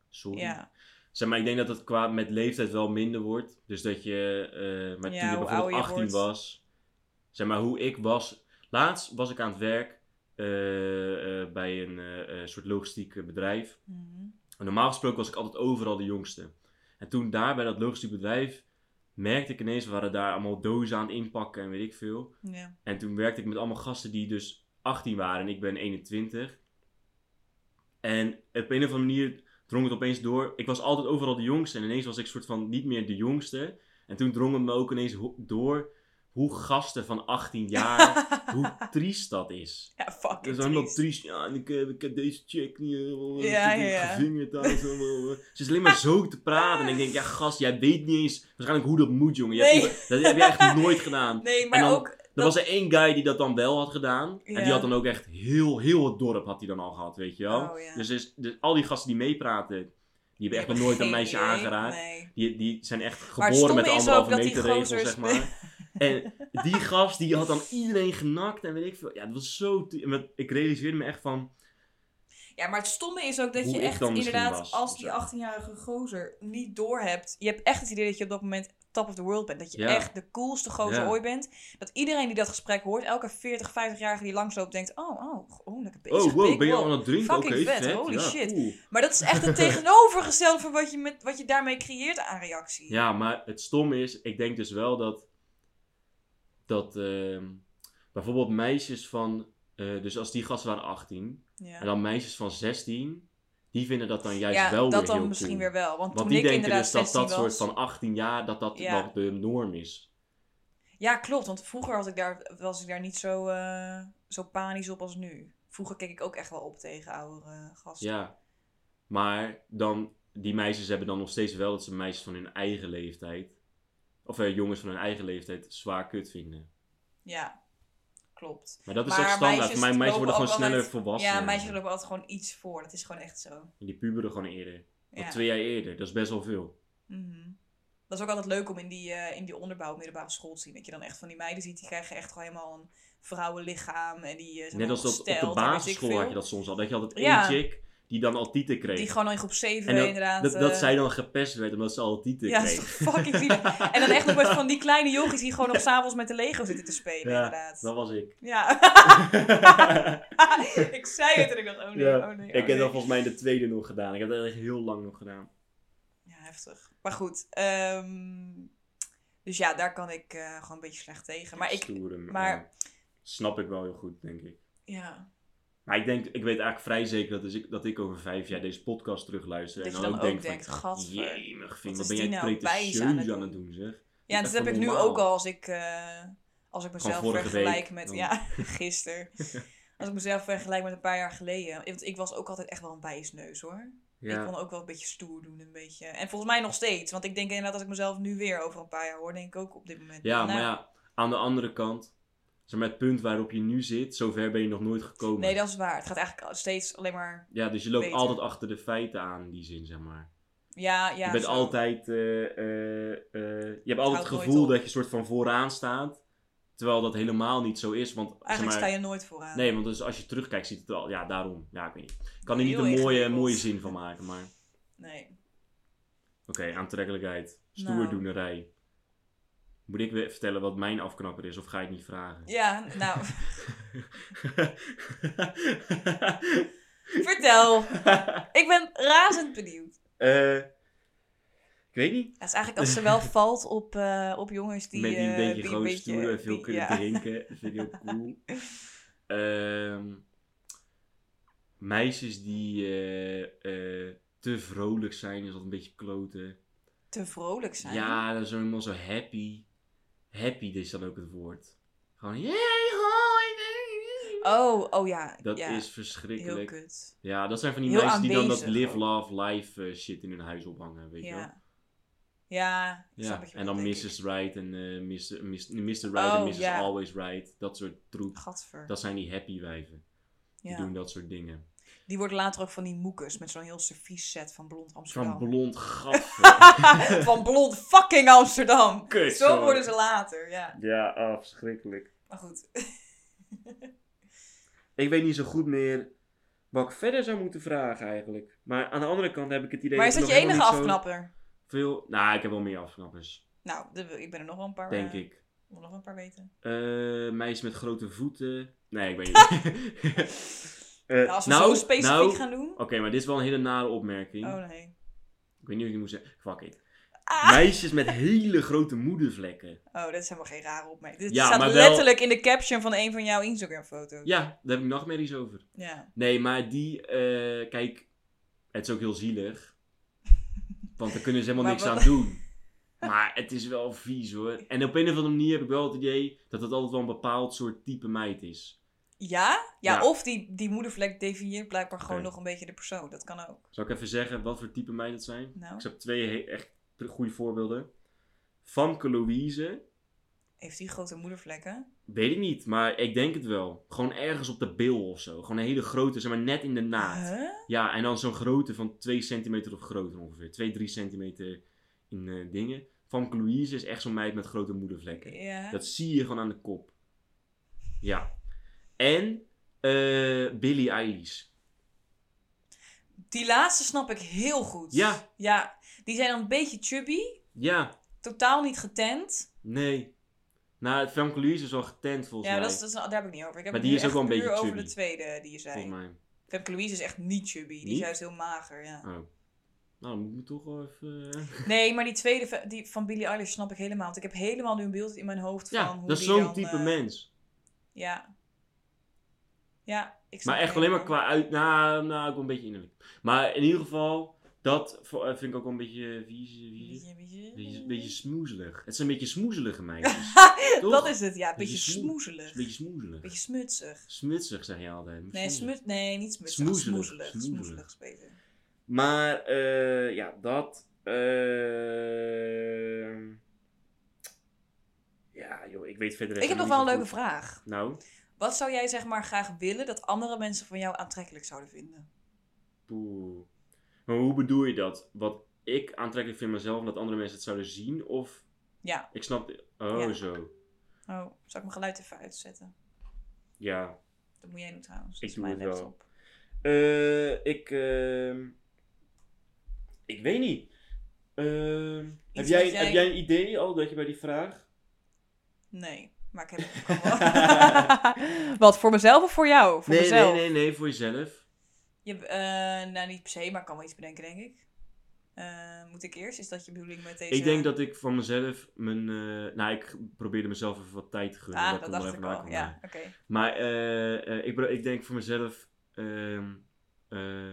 [SPEAKER 1] Sorry.
[SPEAKER 2] Ja.
[SPEAKER 1] Zeg maar, ik denk dat dat qua met leeftijd wel minder wordt. Dus dat je, eh, maar
[SPEAKER 2] Ja,
[SPEAKER 1] toen je
[SPEAKER 2] hoe ouder
[SPEAKER 1] bijvoorbeeld
[SPEAKER 2] je
[SPEAKER 1] 18
[SPEAKER 2] wordt.
[SPEAKER 1] was. Zeg maar, hoe ik was. Laatst was ik aan het werk eh, eh, bij een eh, eh, soort logistiek eh, bedrijf.
[SPEAKER 2] Mhm.
[SPEAKER 1] En normaal gesproken was ik altijd overal de jongste. En toen daar bij dat logistiek bedrijf merkte ik ineens, we waren daar allemaal dozen aan het inpakken en weet ik veel.
[SPEAKER 2] Ja.
[SPEAKER 1] En toen werkte ik met allemaal gasten die dus 18 waren en ik ben 21. En op een of andere manier drong het opeens door. Ik was altijd overal de jongste en ineens was ik soort van niet meer de jongste. En toen drong het me ook ineens ho- door hoe gasten van 18 jaar, hoe triest dat is.
[SPEAKER 2] ja,
[SPEAKER 1] Dat
[SPEAKER 2] fucking
[SPEAKER 1] is helemaal
[SPEAKER 2] triest.
[SPEAKER 1] triest. Ja, en ik, eh, ik heb deze chick niet helemaal eh,
[SPEAKER 2] Ja,
[SPEAKER 1] ik heb
[SPEAKER 2] ja, ja.
[SPEAKER 1] gevingerd thuis. allemaal, eh. Ze is alleen maar zo te praten. En ik denk, ja gast, jij weet niet eens waarschijnlijk hoe dat moet, jongen. Je hebt
[SPEAKER 2] Nee.
[SPEAKER 1] niet- dat heb jij echt nooit gedaan.
[SPEAKER 2] Nee, maar
[SPEAKER 1] En dan-
[SPEAKER 2] ook...
[SPEAKER 1] Er was er één guy die dat dan wel had gedaan.
[SPEAKER 2] Ja.
[SPEAKER 1] En die had dan ook echt heel, heel het dorp had hij dan al gehad, weet je wel.
[SPEAKER 2] Oh, ja.
[SPEAKER 1] Dus, is- dus al die gasten die meepraten, Die hebben echt nog nooit een meisje aangeraakt.
[SPEAKER 2] Nee.
[SPEAKER 1] Die, die zijn echt
[SPEAKER 2] Maar het
[SPEAKER 1] geboren met de
[SPEAKER 2] stomme is
[SPEAKER 1] anderhalve
[SPEAKER 2] ook dat die
[SPEAKER 1] meter regel,
[SPEAKER 2] gozer
[SPEAKER 1] zeg maar. En die gast, die had dan iedereen genakt en weet ik veel. Ja, dat was zo... te- en wat- Ik realiseerde me echt van...
[SPEAKER 2] Ja, maar het stomme is ook dat
[SPEAKER 1] Hoe
[SPEAKER 2] je
[SPEAKER 1] ik
[SPEAKER 2] echt
[SPEAKER 1] dan misschien
[SPEAKER 2] inderdaad
[SPEAKER 1] was,
[SPEAKER 2] als
[SPEAKER 1] of
[SPEAKER 2] die
[SPEAKER 1] zo.
[SPEAKER 2] 18-jarige gozer niet doorhebt. Je hebt echt het idee dat je op dat moment top of the world bent. Dat je
[SPEAKER 1] Ja.
[SPEAKER 2] echt de coolste gozer
[SPEAKER 1] Ja.
[SPEAKER 2] ooit bent. Dat iedereen die dat gesprek hoort, elke 40, 50-jarige die langsloopt, denkt... Oh, oh, oh lekker bezig.
[SPEAKER 1] Oh, wow,
[SPEAKER 2] pik,
[SPEAKER 1] ben je
[SPEAKER 2] wow."
[SPEAKER 1] al aan het drinken? Oké,
[SPEAKER 2] Fucking vet,
[SPEAKER 1] vet.
[SPEAKER 2] holy
[SPEAKER 1] ja,
[SPEAKER 2] shit.
[SPEAKER 1] cool.
[SPEAKER 2] Maar dat is echt het tegenovergestelde van wat je, met, wat je daarmee creëert aan reactie.
[SPEAKER 1] Ja, maar het stom is, ik denk dus wel dat. Dat ehm, bijvoorbeeld meisjes van. eh, dus als die gasten waren 18
[SPEAKER 2] Ja.
[SPEAKER 1] en dan meisjes van 16, die vinden dat dan juist
[SPEAKER 2] Ja,
[SPEAKER 1] wel weer
[SPEAKER 2] dat dan
[SPEAKER 1] heel
[SPEAKER 2] misschien
[SPEAKER 1] cool.
[SPEAKER 2] weer wel. Want,
[SPEAKER 1] Want
[SPEAKER 2] toen
[SPEAKER 1] die
[SPEAKER 2] ik
[SPEAKER 1] denken
[SPEAKER 2] inderdaad
[SPEAKER 1] dus dat
[SPEAKER 2] 16
[SPEAKER 1] dat soort
[SPEAKER 2] was...
[SPEAKER 1] van 18 jaar, dat dat
[SPEAKER 2] Ja.
[SPEAKER 1] wel de norm is.
[SPEAKER 2] Ja, klopt. Want vroeger was ik daar, was ik daar niet zo, eh, zo panisch op als nu. Vroeger keek ik ook echt wel op tegen oude eh, gasten.
[SPEAKER 1] Ja. Maar dan, die meisjes hebben dan nog steeds wel dat ze meisjes van hun eigen leeftijd, of eh, jongens van hun eigen leeftijd, zwaar kut vinden.
[SPEAKER 2] Ja, klopt.
[SPEAKER 1] Maar dat is
[SPEAKER 2] Maar
[SPEAKER 1] echt standaard.
[SPEAKER 2] meisjes
[SPEAKER 1] Mijn meisjes worden
[SPEAKER 2] lopen
[SPEAKER 1] gewoon
[SPEAKER 2] ook
[SPEAKER 1] sneller
[SPEAKER 2] altijd-
[SPEAKER 1] volwassen.
[SPEAKER 2] ja, meisjes lopen altijd gewoon iets voor. Dat is gewoon echt zo.
[SPEAKER 1] En die puberen gewoon eerder.
[SPEAKER 2] Ja.
[SPEAKER 1] Of twee jaar eerder. Dat is best wel veel.
[SPEAKER 2] Mhm. Dat is ook altijd leuk om in die, eh, in die onderbouw op middelbare school te zien. Dat je dan echt van die meiden ziet, die krijgen echt gewoon helemaal een vrouwenlichaam. En die, eh, zijn
[SPEAKER 1] Net als dat
[SPEAKER 2] helemaal
[SPEAKER 1] op de
[SPEAKER 2] gesteld en weet ik
[SPEAKER 1] basisschool had je
[SPEAKER 2] veel.
[SPEAKER 1] dat soms al. Dat je altijd
[SPEAKER 2] Ja.
[SPEAKER 1] één chick die dan al tieten kreeg.
[SPEAKER 2] Die gewoon al in groep 7
[SPEAKER 1] en dan-
[SPEAKER 2] inderdaad...
[SPEAKER 1] dat, dat
[SPEAKER 2] eh,
[SPEAKER 1] zij dan gepest werd omdat ze dus al tieten
[SPEAKER 2] Ja, dat is
[SPEAKER 1] kreeg.
[SPEAKER 2] toch fucking lief. En dan echt nog met van die kleine jochies die gewoon op s'avonds met de Lego zitten te spelen,
[SPEAKER 1] Ja,
[SPEAKER 2] inderdaad.
[SPEAKER 1] Dat was ik.
[SPEAKER 2] Ja, ik zei het en ik dacht, oh nee,
[SPEAKER 1] Ja,
[SPEAKER 2] oh nee. oh
[SPEAKER 1] ik heb
[SPEAKER 2] nee.
[SPEAKER 1] dat volgens mij de tweede nog gedaan. Ik heb dat echt heel lang nog gedaan.
[SPEAKER 2] Ja, heftig. Maar goed, ehm, dus ja, daar kan ik eh, gewoon een beetje slecht tegen. Maar ik,
[SPEAKER 1] Stoer hem,
[SPEAKER 2] maar-
[SPEAKER 1] ja. snap ik wel heel goed, denk ik.
[SPEAKER 2] ja,
[SPEAKER 1] Maar ik denk, ik weet eigenlijk vrij zeker dat, is ik, dat ik over vijf jaar deze podcast terugluister.
[SPEAKER 2] dat
[SPEAKER 1] en
[SPEAKER 2] je
[SPEAKER 1] dan,
[SPEAKER 2] dan
[SPEAKER 1] denk
[SPEAKER 2] ook
[SPEAKER 1] van,
[SPEAKER 2] denkt, gadver.
[SPEAKER 1] Jemig, vind,
[SPEAKER 2] wat
[SPEAKER 1] wat ben
[SPEAKER 2] is
[SPEAKER 1] jij
[SPEAKER 2] die nou
[SPEAKER 1] pretentieus
[SPEAKER 2] wijs aan het
[SPEAKER 1] aan het
[SPEAKER 2] doen?
[SPEAKER 1] doen, zeg.
[SPEAKER 2] Ja,
[SPEAKER 1] Echt
[SPEAKER 2] dat heb ik nu
[SPEAKER 1] normaal.
[SPEAKER 2] ook al als ik, eh, als ik mezelf
[SPEAKER 1] vorige
[SPEAKER 2] vergelijk
[SPEAKER 1] week,
[SPEAKER 2] met...
[SPEAKER 1] dan.
[SPEAKER 2] Ja, gisteren. Als ik mezelf vergelijk met een paar jaar geleden. Want ik was ook altijd echt wel een wijsneus, hoor. Ik
[SPEAKER 1] Ja.
[SPEAKER 2] kon ook wel een beetje stoer doen, een beetje. En volgens mij nog steeds. Want ik denk inderdaad, als ik mezelf nu weer over een paar jaar hoor, denk ik ook op dit moment.
[SPEAKER 1] Ja,
[SPEAKER 2] nou,
[SPEAKER 1] maar ja, aan de andere kant, zeg maar het punt waarop je nu zit, zover ben je nog nooit gekomen.
[SPEAKER 2] Nee, dat is waar. Het gaat eigenlijk al- steeds alleen maar.
[SPEAKER 1] Ja, dus je loopt
[SPEAKER 2] beter.
[SPEAKER 1] altijd achter de feiten aan, in die zin, zeg maar.
[SPEAKER 2] Ja, ja.
[SPEAKER 1] je bent
[SPEAKER 2] zo.
[SPEAKER 1] altijd, eh, eh, eh, je hebt altijd
[SPEAKER 2] houdt
[SPEAKER 1] het
[SPEAKER 2] nooit
[SPEAKER 1] gevoel
[SPEAKER 2] op.
[SPEAKER 1] dat je soort van vooraan staat, terwijl dat helemaal niet zo is, want zeg
[SPEAKER 2] Eigenlijk
[SPEAKER 1] maar-
[SPEAKER 2] sta je nooit vooraan.
[SPEAKER 1] Nee, want dus als je terugkijkt, ziet het er al, ja, daarom, ja, ik weet niet. Ik kan er niet
[SPEAKER 2] Heel
[SPEAKER 1] een mooie,
[SPEAKER 2] ingewikkeld.
[SPEAKER 1] mooie zin van maken, maar...
[SPEAKER 2] Nee.
[SPEAKER 1] Oké, aantrekkelijkheid,
[SPEAKER 2] Nou.
[SPEAKER 1] stoerdoenerij. Moet ik weer vertellen wat mijn afknapper is, of ga je het niet vragen?
[SPEAKER 2] Ja, nou, vertel. Ik ben razend benieuwd.
[SPEAKER 1] Eh, ik weet niet.
[SPEAKER 2] Ja, het is eigenlijk als ze wel valt op, eh, op jongens die.
[SPEAKER 1] Met die een
[SPEAKER 2] eh,
[SPEAKER 1] beetje gewoon
[SPEAKER 2] beetje-
[SPEAKER 1] stoer en veel
[SPEAKER 2] die-
[SPEAKER 1] kunnen
[SPEAKER 2] ja.
[SPEAKER 1] drinken. Dat vind ik heel cool. Ehm, meisjes die eh, eh, te vrolijk zijn is altijd een beetje kloten.
[SPEAKER 2] Te vrolijk zijn.
[SPEAKER 1] Ja, dan zijn helemaal zo happy. Happy is dan ook het woord. Gewoon, hey, hoi.
[SPEAKER 2] Oh, oh ja.
[SPEAKER 1] Dat
[SPEAKER 2] ja.
[SPEAKER 1] is
[SPEAKER 2] heel
[SPEAKER 1] verschrikkelijk.
[SPEAKER 2] kut.
[SPEAKER 1] Ja, dat zijn van die
[SPEAKER 2] Heel
[SPEAKER 1] meisjes die dan dat
[SPEAKER 2] aanwezig
[SPEAKER 1] live,
[SPEAKER 2] ook.
[SPEAKER 1] love, life eh, shit in hun huis ophangen, weet je wel.
[SPEAKER 2] Ja. Ja, ik snap
[SPEAKER 1] Ja,
[SPEAKER 2] wat je
[SPEAKER 1] en
[SPEAKER 2] bedoelt,
[SPEAKER 1] dan
[SPEAKER 2] denk ik.
[SPEAKER 1] Mrs. Right en eh Mr. Mr. Mr. Right
[SPEAKER 2] Oh,
[SPEAKER 1] en Mrs.
[SPEAKER 2] ja.
[SPEAKER 1] Always Right. Dat soort troep.
[SPEAKER 2] Gadver.
[SPEAKER 1] Dat zijn die happy wijven. Die
[SPEAKER 2] ja.
[SPEAKER 1] doen dat soort dingen.
[SPEAKER 2] Die wordt later ook van die moekers met zo'n heel servies set van blond
[SPEAKER 1] Van
[SPEAKER 2] Amsterdam.
[SPEAKER 1] blond gaf.
[SPEAKER 2] van blond fucking Amsterdam.
[SPEAKER 1] Kut,
[SPEAKER 2] Zo
[SPEAKER 1] jongen.
[SPEAKER 2] worden ze later, ja.
[SPEAKER 1] ja, ah, afschrikkelijk.
[SPEAKER 2] Maar goed.
[SPEAKER 1] Ik weet niet zo goed meer wat ik verder zou moeten vragen eigenlijk. Maar aan de andere kant heb ik het idee...
[SPEAKER 2] maar is
[SPEAKER 1] ik
[SPEAKER 2] dat je
[SPEAKER 1] nog
[SPEAKER 2] enige
[SPEAKER 1] helemaal niet zo
[SPEAKER 2] afknapper?
[SPEAKER 1] Veel... Nou, ik heb wel meer afknappers.
[SPEAKER 2] Nou, de- ik ben er nog wel een paar.
[SPEAKER 1] Denk
[SPEAKER 2] eh,
[SPEAKER 1] ik.
[SPEAKER 2] wil nog wel een paar weten.
[SPEAKER 1] Eh meisjes met grote voeten. Nee, ik weet niet. Eh,
[SPEAKER 2] Nou, als we zo specifiek
[SPEAKER 1] nou,
[SPEAKER 2] gaan doen.
[SPEAKER 1] Oké, maar dit is wel een hele nare opmerking.
[SPEAKER 2] Oh nee.
[SPEAKER 1] Ik weet niet of je moet zeggen. Fuck it.
[SPEAKER 2] Ah!
[SPEAKER 1] Meisjes met hele grote moedervlekken.
[SPEAKER 2] Oh, dat is helemaal geen rare opmerking. Dit
[SPEAKER 1] Ja,
[SPEAKER 2] staat
[SPEAKER 1] maar wel-
[SPEAKER 2] letterlijk in de caption van een van jouw Instagram-foto's.
[SPEAKER 1] Ja, daar heb ik nachtmerries over.
[SPEAKER 2] Ja.
[SPEAKER 1] Nee, maar die, eh, kijk, het is ook heel zielig. Want daar kunnen ze helemaal
[SPEAKER 2] Maar
[SPEAKER 1] niks
[SPEAKER 2] wat-
[SPEAKER 1] aan doen. Maar het is wel vies hoor. En op een of andere manier heb ik wel het idee dat het altijd wel een bepaald soort type meid is.
[SPEAKER 2] Ja? Ja,
[SPEAKER 1] Ja.
[SPEAKER 2] of die, die moedervlek definieert blijkbaar gewoon
[SPEAKER 1] Oké.
[SPEAKER 2] nog een beetje de persoon. Dat kan ook.
[SPEAKER 1] Zal ik even zeggen wat voor type meid het zijn?
[SPEAKER 2] Nou,
[SPEAKER 1] Ik heb twee he- echt goede voorbeelden. Famke Louise.
[SPEAKER 2] heeft die grote moedervlekken?
[SPEAKER 1] Weet ik niet, maar ik denk het wel. Gewoon ergens op de bil of zo. Gewoon een hele grote, zeg maar net in de naad.
[SPEAKER 2] Huh?
[SPEAKER 1] Ja, en dan zo'n grootte van 2 centimeter of groter ongeveer. 2, 3 centimeter in eh, dingen. Van Louise is echt zo'n meid met grote moedervlekken.
[SPEAKER 2] Ja.
[SPEAKER 1] Dat zie je gewoon aan de kop. Ja. En eh Billie Eilish.
[SPEAKER 2] Die laatste snap ik heel goed.
[SPEAKER 1] Ja.
[SPEAKER 2] Ja. Die zijn dan een beetje chubby.
[SPEAKER 1] Ja,
[SPEAKER 2] Totaal niet getent.
[SPEAKER 1] nee. Nou, Van Louise is wel getent volgens
[SPEAKER 2] ja,
[SPEAKER 1] mij.
[SPEAKER 2] dat is, dus dat is, daar heb ik niet over. Ik heb
[SPEAKER 1] Maar
[SPEAKER 2] het
[SPEAKER 1] die is ook
[SPEAKER 2] nu
[SPEAKER 1] wel een
[SPEAKER 2] echt puur
[SPEAKER 1] beetje
[SPEAKER 2] over de
[SPEAKER 1] chubby.
[SPEAKER 2] tweede die je zei.
[SPEAKER 1] Volgens mij.
[SPEAKER 2] Femke Louise is echt niet chubby. Die
[SPEAKER 1] Niet?
[SPEAKER 2] is juist heel mager, ja.
[SPEAKER 1] Oh. Nou, dan moet ik me toch wel even... eh,
[SPEAKER 2] Nee, maar die tweede van- die van Billie Eilish snap ik helemaal. Want ik heb helemaal nu een beeld in mijn hoofd van
[SPEAKER 1] Ja,
[SPEAKER 2] hoe
[SPEAKER 1] dat is
[SPEAKER 2] die
[SPEAKER 1] zo'n
[SPEAKER 2] dan,
[SPEAKER 1] type
[SPEAKER 2] eh,
[SPEAKER 1] mens.
[SPEAKER 2] Ja. Ja, ik snap
[SPEAKER 1] Maar
[SPEAKER 2] het
[SPEAKER 1] echt alleen maar
[SPEAKER 2] helemaal.
[SPEAKER 1] qua uit... Nou, nou, ook wel een beetje innerlijk. Maar in ieder geval, dat vo- eh, vind ik ook wel een beetje eh, vies. vies.
[SPEAKER 2] Beetje- beetje-
[SPEAKER 1] Een beetje, een beetje smoezelig. Het zijn een beetje smoezelige meisjes. Toch?
[SPEAKER 2] dat is het, ja. Een
[SPEAKER 1] Beetje
[SPEAKER 2] beetje
[SPEAKER 1] smoe-
[SPEAKER 2] smoezelig.
[SPEAKER 1] Een beetje smoezelig.
[SPEAKER 2] beetje smutsig.
[SPEAKER 1] Smutsig zeg je altijd.
[SPEAKER 2] Nee,
[SPEAKER 1] Smoezelig.
[SPEAKER 2] smut, nee, niet smutsig.
[SPEAKER 1] Smoezelig.
[SPEAKER 2] Smoezelig. Smoezelig,
[SPEAKER 1] Smoezelig.
[SPEAKER 2] is beter.
[SPEAKER 1] Maar eh, ja, dat. eh, ja, joh, ik weet verder.
[SPEAKER 2] Ik heb nog wel een leuke vraag.
[SPEAKER 1] vraag. Nou,
[SPEAKER 2] Wat zou jij zeg maar graag willen dat andere mensen van jou aantrekkelijk zouden vinden?
[SPEAKER 1] poeh. Maar hoe bedoel je dat? Wat ik aantrekkelijk vind mezelf, dat andere mensen het zouden zien? Of.
[SPEAKER 2] Ja.
[SPEAKER 1] Ik snap. Oh,
[SPEAKER 2] Ja.
[SPEAKER 1] zo.
[SPEAKER 2] Oh, zal ik mijn geluid even uitzetten?
[SPEAKER 1] Ja.
[SPEAKER 2] Dat moet jij doen trouwens.
[SPEAKER 1] Ik
[SPEAKER 2] Dat is
[SPEAKER 1] doe
[SPEAKER 2] mijn
[SPEAKER 1] het wel.
[SPEAKER 2] laptop.
[SPEAKER 1] Eh, ik. ehm, ik weet niet. Ehm, heb,
[SPEAKER 2] wat
[SPEAKER 1] jij,
[SPEAKER 2] jij-
[SPEAKER 1] heb jij een idee al dat je bij die vraag.
[SPEAKER 2] Nee, maar ik heb ik kan wel- Wat, voor mezelf of voor jou? Voor
[SPEAKER 1] nee,
[SPEAKER 2] mezelf.
[SPEAKER 1] nee, nee, nee, voor jezelf.
[SPEAKER 2] Je, eh, nou, niet per se, maar ik kan wel iets bedenken, denk ik. Eh, moet ik eerst? Is dat je bedoeling met deze...
[SPEAKER 1] Ik denk dat ik van mezelf mijn. eh, nou, ik probeerde mezelf even wat tijd te gunnen.
[SPEAKER 2] Ah,
[SPEAKER 1] daar
[SPEAKER 2] dat
[SPEAKER 1] komt wel
[SPEAKER 2] dacht ik
[SPEAKER 1] even
[SPEAKER 2] al.
[SPEAKER 1] waar
[SPEAKER 2] Ja,
[SPEAKER 1] komen.
[SPEAKER 2] oké.
[SPEAKER 1] Maar eh, eh, ik, pro- ik denk voor mezelf. ehm, eh,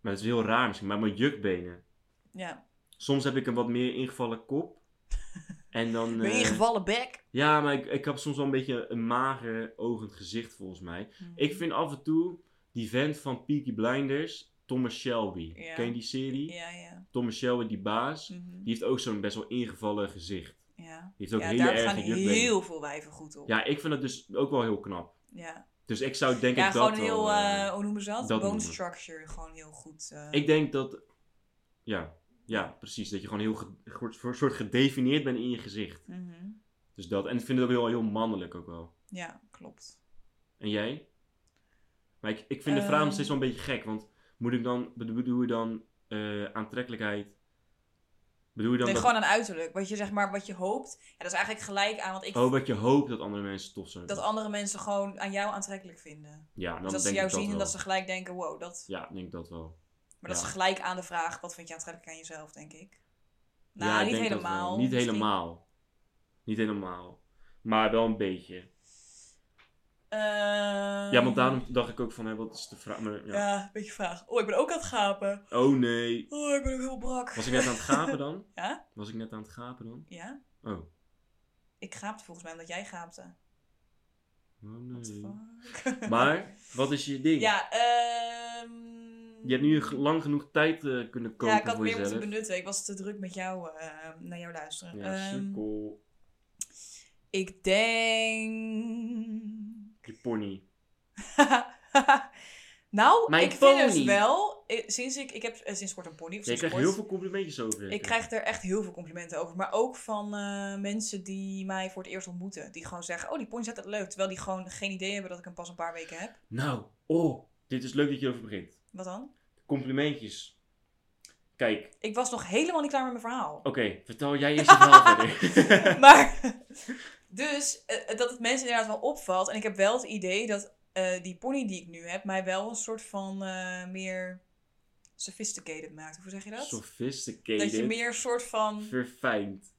[SPEAKER 1] maar het is heel raar misschien, maar mijn jukbenen.
[SPEAKER 2] Ja.
[SPEAKER 1] Soms heb ik een wat meer ingevallen kop. En dan.
[SPEAKER 2] Ben je
[SPEAKER 1] eh,
[SPEAKER 2] ingevallen bek?
[SPEAKER 1] ja, maar ik, ik heb soms wel een beetje een mager, ogend gezicht volgens mij. Ik vind af en toe die vent van Peaky Blinders, Thomas Shelby.
[SPEAKER 2] Ja.
[SPEAKER 1] Ken je die serie?
[SPEAKER 2] Ja, ja.
[SPEAKER 1] Thomas Shelby, die baas.
[SPEAKER 2] Mhm.
[SPEAKER 1] Die heeft ook zo'n best wel ingevallen gezicht.
[SPEAKER 2] Ja,
[SPEAKER 1] Die heeft ook
[SPEAKER 2] ja
[SPEAKER 1] hele
[SPEAKER 2] daar gaan
[SPEAKER 1] erge jukbeen.
[SPEAKER 2] heel veel wijven goed op.
[SPEAKER 1] Ja, ik vind dat dus ook wel heel knap.
[SPEAKER 2] ja.
[SPEAKER 1] Dus ik zou denk
[SPEAKER 2] Ja,
[SPEAKER 1] ik dat
[SPEAKER 2] gewoon heel,
[SPEAKER 1] wel,
[SPEAKER 2] eh,
[SPEAKER 1] eh,
[SPEAKER 2] hoe noemen ze dat?
[SPEAKER 1] dat
[SPEAKER 2] Bone
[SPEAKER 1] noemen.
[SPEAKER 2] structure, gewoon heel goed. eh,
[SPEAKER 1] Ik denk dat... Ja, ja, precies. Dat je gewoon heel ge- ge- voor- soort gedefinieerd bent in je gezicht.
[SPEAKER 2] mhm.
[SPEAKER 1] Dus dat. En ik vind het ook heel, heel mannelijk ook wel.
[SPEAKER 2] Ja, klopt.
[SPEAKER 1] En jij? Maar ik, ik vind de vraag
[SPEAKER 2] Ehm.
[SPEAKER 1] nog steeds wel een beetje gek. Want moet ik dan... bedo- Bedoel je dan eh, aantrekkelijkheid? Bedoel je dan
[SPEAKER 2] Denk
[SPEAKER 1] dat,
[SPEAKER 2] gewoon aan uiterlijk. Wat je zeg maar, wat je hoopt. Ja, dat is eigenlijk gelijk aan, want ik
[SPEAKER 1] oh, dat je hoopt dat andere mensen tof zijn?
[SPEAKER 2] dat andere mensen gewoon aan jou aantrekkelijk vinden.
[SPEAKER 1] ja, dan
[SPEAKER 2] Dus dat ze
[SPEAKER 1] denk
[SPEAKER 2] jou
[SPEAKER 1] ik dat
[SPEAKER 2] zien en
[SPEAKER 1] wel.
[SPEAKER 2] dat ze gelijk denken, wow, dat.
[SPEAKER 1] Ja, ik denk dat wel.
[SPEAKER 2] Maar dat
[SPEAKER 1] ja.
[SPEAKER 2] is gelijk aan de vraag, wat vind je aantrekkelijk aan jezelf, denk ik. Nou,
[SPEAKER 1] Ja, ik
[SPEAKER 2] niet
[SPEAKER 1] denk dat wel.
[SPEAKER 2] helemaal.
[SPEAKER 1] Niet
[SPEAKER 2] misschien.
[SPEAKER 1] helemaal. Niet helemaal. Maar wel een beetje.
[SPEAKER 2] Ehm,
[SPEAKER 1] Ja, want daarom dacht ik ook van, hè, wat is de vraag? Maar, ja.
[SPEAKER 2] Ja. een beetje vraag. Oh, ik ben ook aan het gapen.
[SPEAKER 1] Oh nee.
[SPEAKER 2] Oh, ik ben ook heel brak.
[SPEAKER 1] Was ik net aan het gapen dan?
[SPEAKER 2] Ja?
[SPEAKER 1] Was ik net aan het gapen dan?
[SPEAKER 2] Ja?
[SPEAKER 1] Oh.
[SPEAKER 2] Ik gaapte volgens mij omdat jij gaapte.
[SPEAKER 1] Oh
[SPEAKER 2] What the
[SPEAKER 1] nee.
[SPEAKER 2] fuck?
[SPEAKER 1] Maar, wat is je ding?
[SPEAKER 2] Ja, ehm,
[SPEAKER 1] Je hebt nu ge- lang genoeg tijd eh, kunnen kopen
[SPEAKER 2] Ja, ik had
[SPEAKER 1] voor
[SPEAKER 2] meer
[SPEAKER 1] jezelf.
[SPEAKER 2] moeten benutten. Ik was te druk met jou, eh, naar jou luisteren.
[SPEAKER 1] Ja,
[SPEAKER 2] Ehm,
[SPEAKER 1] sukkel.
[SPEAKER 2] ik denk...
[SPEAKER 1] Je pony.
[SPEAKER 2] nou,
[SPEAKER 1] Mijn
[SPEAKER 2] ik vind dus
[SPEAKER 1] pony.
[SPEAKER 2] wel... eh, Sinds ik... Ik heb eh, sinds kort een pony. Of
[SPEAKER 1] Ja, je
[SPEAKER 2] sinds
[SPEAKER 1] krijgt
[SPEAKER 2] kort,
[SPEAKER 1] heel veel complimentjes over.
[SPEAKER 2] Ik krijg er echt heel veel complimenten over. Maar ook van eh, mensen die mij voor het eerst ontmoeten. Die gewoon zeggen, oh, die pony is altijd leuk. Terwijl die gewoon geen idee hebben dat ik hem pas een paar weken heb.
[SPEAKER 1] Nou, oh, dit is leuk dat je erover begint.
[SPEAKER 2] Wat dan?
[SPEAKER 1] Complimentjes. Kijk,
[SPEAKER 2] Ik was nog helemaal niet klaar met mijn verhaal.
[SPEAKER 1] oké, vertel jij eerst het verhaal verder.
[SPEAKER 2] Maar, dus, eh, dat het mensen inderdaad wel opvalt. En ik heb wel het idee dat eh, die pony die ik nu heb, mij wel een soort van eh, meer sophisticated maakt. Hoe zeg je dat?
[SPEAKER 1] Sophisticated.
[SPEAKER 2] Dat je meer een soort van...
[SPEAKER 1] Verfijnd.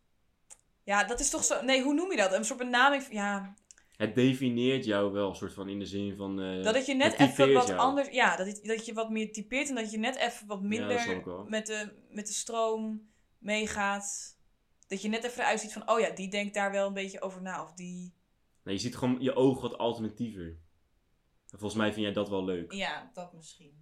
[SPEAKER 2] Ja, dat is toch zo... Nee, hoe noem je dat? Een soort benaming... van- Ja,
[SPEAKER 1] Het definieert jou wel, soort van in de zin van. eh,
[SPEAKER 2] dat het je net
[SPEAKER 1] het
[SPEAKER 2] even
[SPEAKER 1] typeert
[SPEAKER 2] wat
[SPEAKER 1] jou.
[SPEAKER 2] anders... Ja, dat, het- dat je wat meer typeert en dat je net even wat
[SPEAKER 1] dat
[SPEAKER 2] minder
[SPEAKER 1] snap ik wel.
[SPEAKER 2] met, de, met de stroom meegaat. Dat je net even eruit ziet van, oh ja, die denkt daar wel een beetje over na. Of die...
[SPEAKER 1] Nou, je ziet gewoon je ogen wat alternatiever. En Volgens mij vind jij dat wel leuk.
[SPEAKER 2] Ja, dat misschien.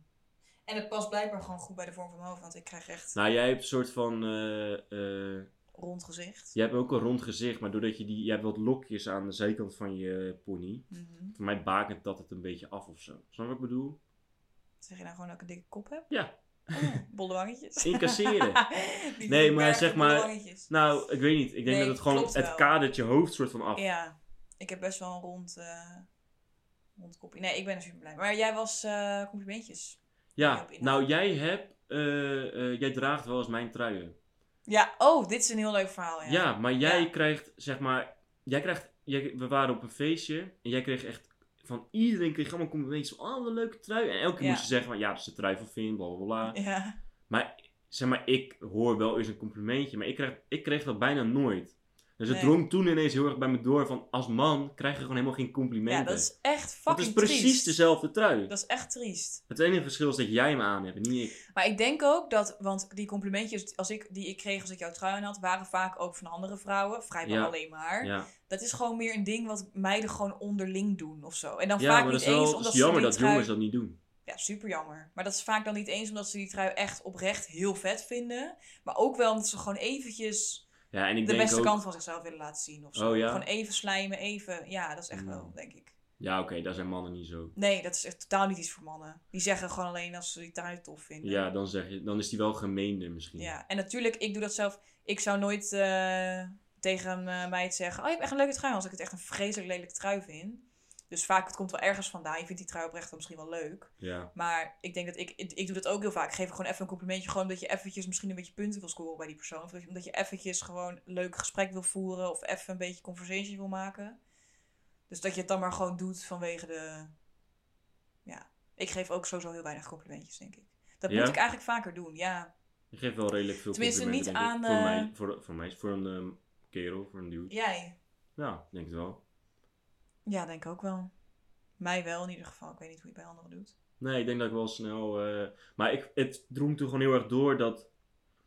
[SPEAKER 2] En het past blijkbaar gewoon goed bij de vorm van mijn hoofd, want ik krijg echt
[SPEAKER 1] Nou, jij hebt een soort van. eh, eh,
[SPEAKER 2] rond gezicht.
[SPEAKER 1] Je hebt ook een rond gezicht, maar doordat je die... Je hebt wat lokjes aan de zijkant van je pony.
[SPEAKER 2] Mhm.
[SPEAKER 1] Voor mij bakent dat het een beetje af of zo. Snap je wat ik bedoel?
[SPEAKER 2] Zeg je nou gewoon dat ik een dikke kop heb?
[SPEAKER 1] Ja.
[SPEAKER 2] Oh, bolle wangetjes.
[SPEAKER 1] Incasseren.
[SPEAKER 2] Die
[SPEAKER 1] Nee, maar
[SPEAKER 2] verbergde
[SPEAKER 1] zeg maar-
[SPEAKER 2] bolle wangetjes.
[SPEAKER 1] Nou, ik weet niet. Ik denk
[SPEAKER 2] Nee,
[SPEAKER 1] dat het gewoon
[SPEAKER 2] klopt
[SPEAKER 1] het
[SPEAKER 2] wel.
[SPEAKER 1] kadert je hoofd soort van af.
[SPEAKER 2] Ja, ik heb best wel een rond, eh rond kopje. Nee, ik ben er super blij mee. Maar jij was eh, complimentjes.
[SPEAKER 1] Ja,
[SPEAKER 2] Op inhoud.
[SPEAKER 1] nou jij hebt, eh, eh, jij draagt wel eens mijn truien.
[SPEAKER 2] Ja, oh, dit is een heel leuk verhaal.
[SPEAKER 1] Ja,
[SPEAKER 2] Oh Ja,
[SPEAKER 1] maar jij
[SPEAKER 2] Ja.
[SPEAKER 1] krijgt, zeg maar, jij krijgt, jij, we waren op een feestje en jij kreeg echt van iedereen kreeg allemaal complimentjes van, oh, wat een leuke trui. En elke keer
[SPEAKER 2] Ja.
[SPEAKER 1] moest je zeggen van, ja, dat is de trui van Finn, bla bla bla.
[SPEAKER 2] Ja.
[SPEAKER 1] Zeg maar, ik hoor wel eens een complimentje, maar ik kreeg, ik kreeg dat bijna nooit. Dus het
[SPEAKER 2] Nee.
[SPEAKER 1] drong toen ineens heel erg bij me door van, als man krijg je gewoon helemaal geen complimenten.
[SPEAKER 2] ja, dat is echt fucking
[SPEAKER 1] Want het is precies
[SPEAKER 2] triest.
[SPEAKER 1] dezelfde trui.
[SPEAKER 2] Dat is echt triest.
[SPEAKER 1] Het enige verschil is dat jij hem aan hebt en niet ik.
[SPEAKER 2] Maar ik denk ook dat, want die complimentjes als ik, die ik kreeg als ik jouw trui aan had, waren vaak ook van andere vrouwen. Vrijwel
[SPEAKER 1] Ja.
[SPEAKER 2] alleen maar.
[SPEAKER 1] Ja.
[SPEAKER 2] Dat is gewoon meer een ding wat meiden gewoon onderling doen of zo. En dan
[SPEAKER 1] Ja,
[SPEAKER 2] vaak
[SPEAKER 1] maar
[SPEAKER 2] niet
[SPEAKER 1] dat is wel
[SPEAKER 2] eens
[SPEAKER 1] het
[SPEAKER 2] omdat
[SPEAKER 1] is
[SPEAKER 2] ze
[SPEAKER 1] jammer
[SPEAKER 2] die
[SPEAKER 1] dat
[SPEAKER 2] trui...
[SPEAKER 1] jongens dat niet doen.
[SPEAKER 2] Ja, super jammer. Maar dat is vaak dan niet eens omdat ze die trui echt oprecht heel vet vinden. Maar ook wel omdat ze gewoon eventjes
[SPEAKER 1] Ja, en ik
[SPEAKER 2] de
[SPEAKER 1] denk
[SPEAKER 2] beste
[SPEAKER 1] ook...
[SPEAKER 2] kant van zichzelf willen laten zien. Of zo.
[SPEAKER 1] Oh, ja?
[SPEAKER 2] Gewoon even slijmen, even. Ja, dat is echt
[SPEAKER 1] Hmm.
[SPEAKER 2] wel, denk ik.
[SPEAKER 1] Ja, oké, daar zijn mannen niet zo.
[SPEAKER 2] Nee, dat is echt totaal niet iets voor mannen. Die zeggen gewoon alleen als ze die trui tof vinden.
[SPEAKER 1] Ja, dan, zeg je, dan is die wel gemeender misschien.
[SPEAKER 2] Ja, en natuurlijk, ik doe dat zelf. Ik zou nooit eh, tegen een eh, meid zeggen: Oh, je hebt echt een leuke trui. Als ik het echt een vreselijk lelijk trui vind. Dus vaak, het komt wel ergens vandaan. Je vindt die trui oprecht dan misschien wel leuk.
[SPEAKER 1] Ja.
[SPEAKER 2] Maar ik denk dat ik, ik, ik doe dat ook heel vaak. Ik geef gewoon even een complimentje. Gewoon dat je eventjes misschien een beetje punten wil scoren bij die persoon. Of dat je- omdat je eventjes gewoon een leuk gesprek wil voeren. Of even een beetje conversation wil maken. Dus dat je het dan maar gewoon doet vanwege de... Ja, ik geef ook sowieso heel weinig complimentjes, denk ik. Dat
[SPEAKER 1] Ja?
[SPEAKER 2] moet ik eigenlijk vaker doen, ja.
[SPEAKER 1] Je geeft wel redelijk veel
[SPEAKER 2] Tenminste,
[SPEAKER 1] complimenten,
[SPEAKER 2] niet
[SPEAKER 1] denk ik.
[SPEAKER 2] aan,
[SPEAKER 1] Voor,
[SPEAKER 2] eh,
[SPEAKER 1] mij, voor, voor mij, voor een ehm, kerel, voor een dude.
[SPEAKER 2] Jij?
[SPEAKER 1] Ja, denk het wel.
[SPEAKER 2] Ja, denk ik ook wel. Mij wel in ieder geval. Ik weet niet hoe je het bij anderen doet.
[SPEAKER 1] Nee, ik denk dat ik wel snel... eh, maar ik, het drong toen gewoon heel erg door dat...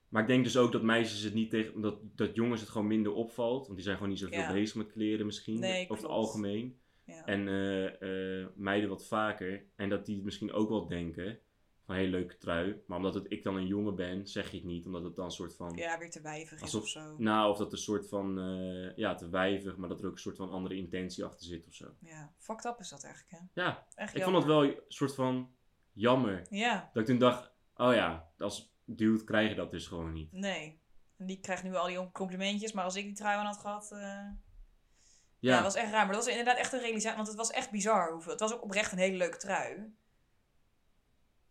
[SPEAKER 1] Maar ik denk dus ook dat meisjes het niet tegen... Dat, dat jongens het gewoon minder opvalt. Want die zijn gewoon niet zoveel
[SPEAKER 2] Ja.
[SPEAKER 1] bezig met kleren misschien.
[SPEAKER 2] Nee,
[SPEAKER 1] over het
[SPEAKER 2] klopt.
[SPEAKER 1] algemeen.
[SPEAKER 2] Ja.
[SPEAKER 1] En eh, eh, meiden wat vaker. En dat die het misschien ook wel denken. Van heel leuke trui. Maar omdat het, ik dan een jongen ben, zeg je het niet. Omdat het dan een soort van.
[SPEAKER 2] Ja, weer te wijvig is
[SPEAKER 1] Alsof-
[SPEAKER 2] of zo.
[SPEAKER 1] Nou, of dat een soort van. eh, ja, te wijvig. Maar dat er ook een soort van andere intentie achter zit of zo.
[SPEAKER 2] Ja, fucked up is dat eigenlijk, hè?
[SPEAKER 1] Ja,
[SPEAKER 2] Echt
[SPEAKER 1] ik vond dat wel een soort van jammer.
[SPEAKER 2] Ja,
[SPEAKER 1] Dat ik toen dacht. Oh ja, als dude krijg je dat dus gewoon niet.
[SPEAKER 2] nee. En die krijgt nu al die complimentjes. Maar als ik die trui aan had gehad... eh, Ja.
[SPEAKER 1] Ja,
[SPEAKER 2] dat was echt raar. Maar dat was inderdaad echt een realisatie. Want het was echt bizar hoeveel. Het was ook oprecht een hele leuke trui.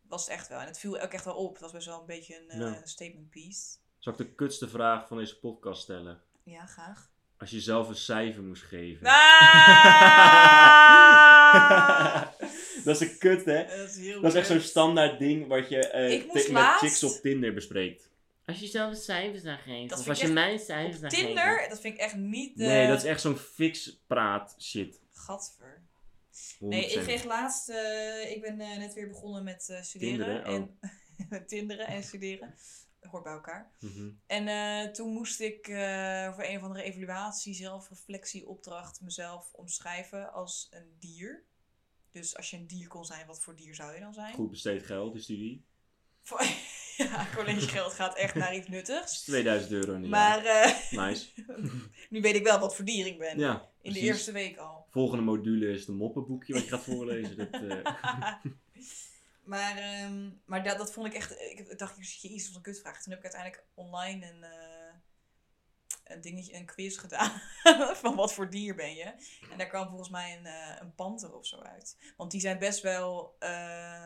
[SPEAKER 2] Was het echt wel. En het viel ook echt wel op. Het was best wel een beetje een eh,
[SPEAKER 1] Ja.
[SPEAKER 2] statement piece.
[SPEAKER 1] Zal ik de kutste vraag van deze podcast stellen?
[SPEAKER 2] Ja, graag.
[SPEAKER 1] Als je zelf een cijfer moest geven.
[SPEAKER 2] Nou, Ah!
[SPEAKER 1] dat is een kut, hè?
[SPEAKER 2] dat is heel
[SPEAKER 1] Dat is echt zo'n
[SPEAKER 2] weird.
[SPEAKER 1] standaard ding wat je eh,
[SPEAKER 2] Ik moest
[SPEAKER 1] ti- met
[SPEAKER 2] laatst-
[SPEAKER 1] chicks op Tinder bespreekt.
[SPEAKER 3] Als je zelf een cijfers aan geeft.
[SPEAKER 2] Dat
[SPEAKER 3] of als
[SPEAKER 2] vind
[SPEAKER 3] je
[SPEAKER 2] ik echt-
[SPEAKER 3] mijn cijfers nou
[SPEAKER 2] Op
[SPEAKER 3] aan
[SPEAKER 2] Tinder, dat vind ik echt niet de...
[SPEAKER 1] Nee, dat is echt zo'n fix praat shit.
[SPEAKER 2] Gadver. Nee,
[SPEAKER 1] 100%.
[SPEAKER 2] ik kreeg laatst... eh, ik ben eh, net weer begonnen met eh, studeren.
[SPEAKER 1] Tinderen, oh.
[SPEAKER 2] en, tinderen en studeren. Hoort bij elkaar.
[SPEAKER 1] Mhm.
[SPEAKER 2] En eh, toen moest ik eh, voor een of andere evaluatie, zelfreflectie, opdracht mezelf omschrijven als een dier. Dus als je een dier kon zijn, wat voor dier zou je dan zijn?
[SPEAKER 1] Goed besteed geld, die studie.
[SPEAKER 2] Voor- ja, collegegeld gaat echt naar iets nuttigs.
[SPEAKER 1] Dat is 2000 euro in een
[SPEAKER 2] Maar eh,
[SPEAKER 1] jaar. Nice.
[SPEAKER 2] nu weet ik wel wat voor dier ik ben.
[SPEAKER 1] Ja,
[SPEAKER 2] In de
[SPEAKER 1] precies.
[SPEAKER 2] eerste week al.
[SPEAKER 1] Volgende module is de moppenboekje wat je gaat voorlezen. Dat, eh,
[SPEAKER 2] maar ehm, maar dat, dat vond ik echt. Ik ik dacht, jezus, wat een kutvraag. Toen heb ik uiteindelijk online een, eh, een dingetje, een quiz gedaan. van wat voor dier ben je? En daar kwam volgens mij een, eh, een panter of zo uit. Want die zijn best wel eh,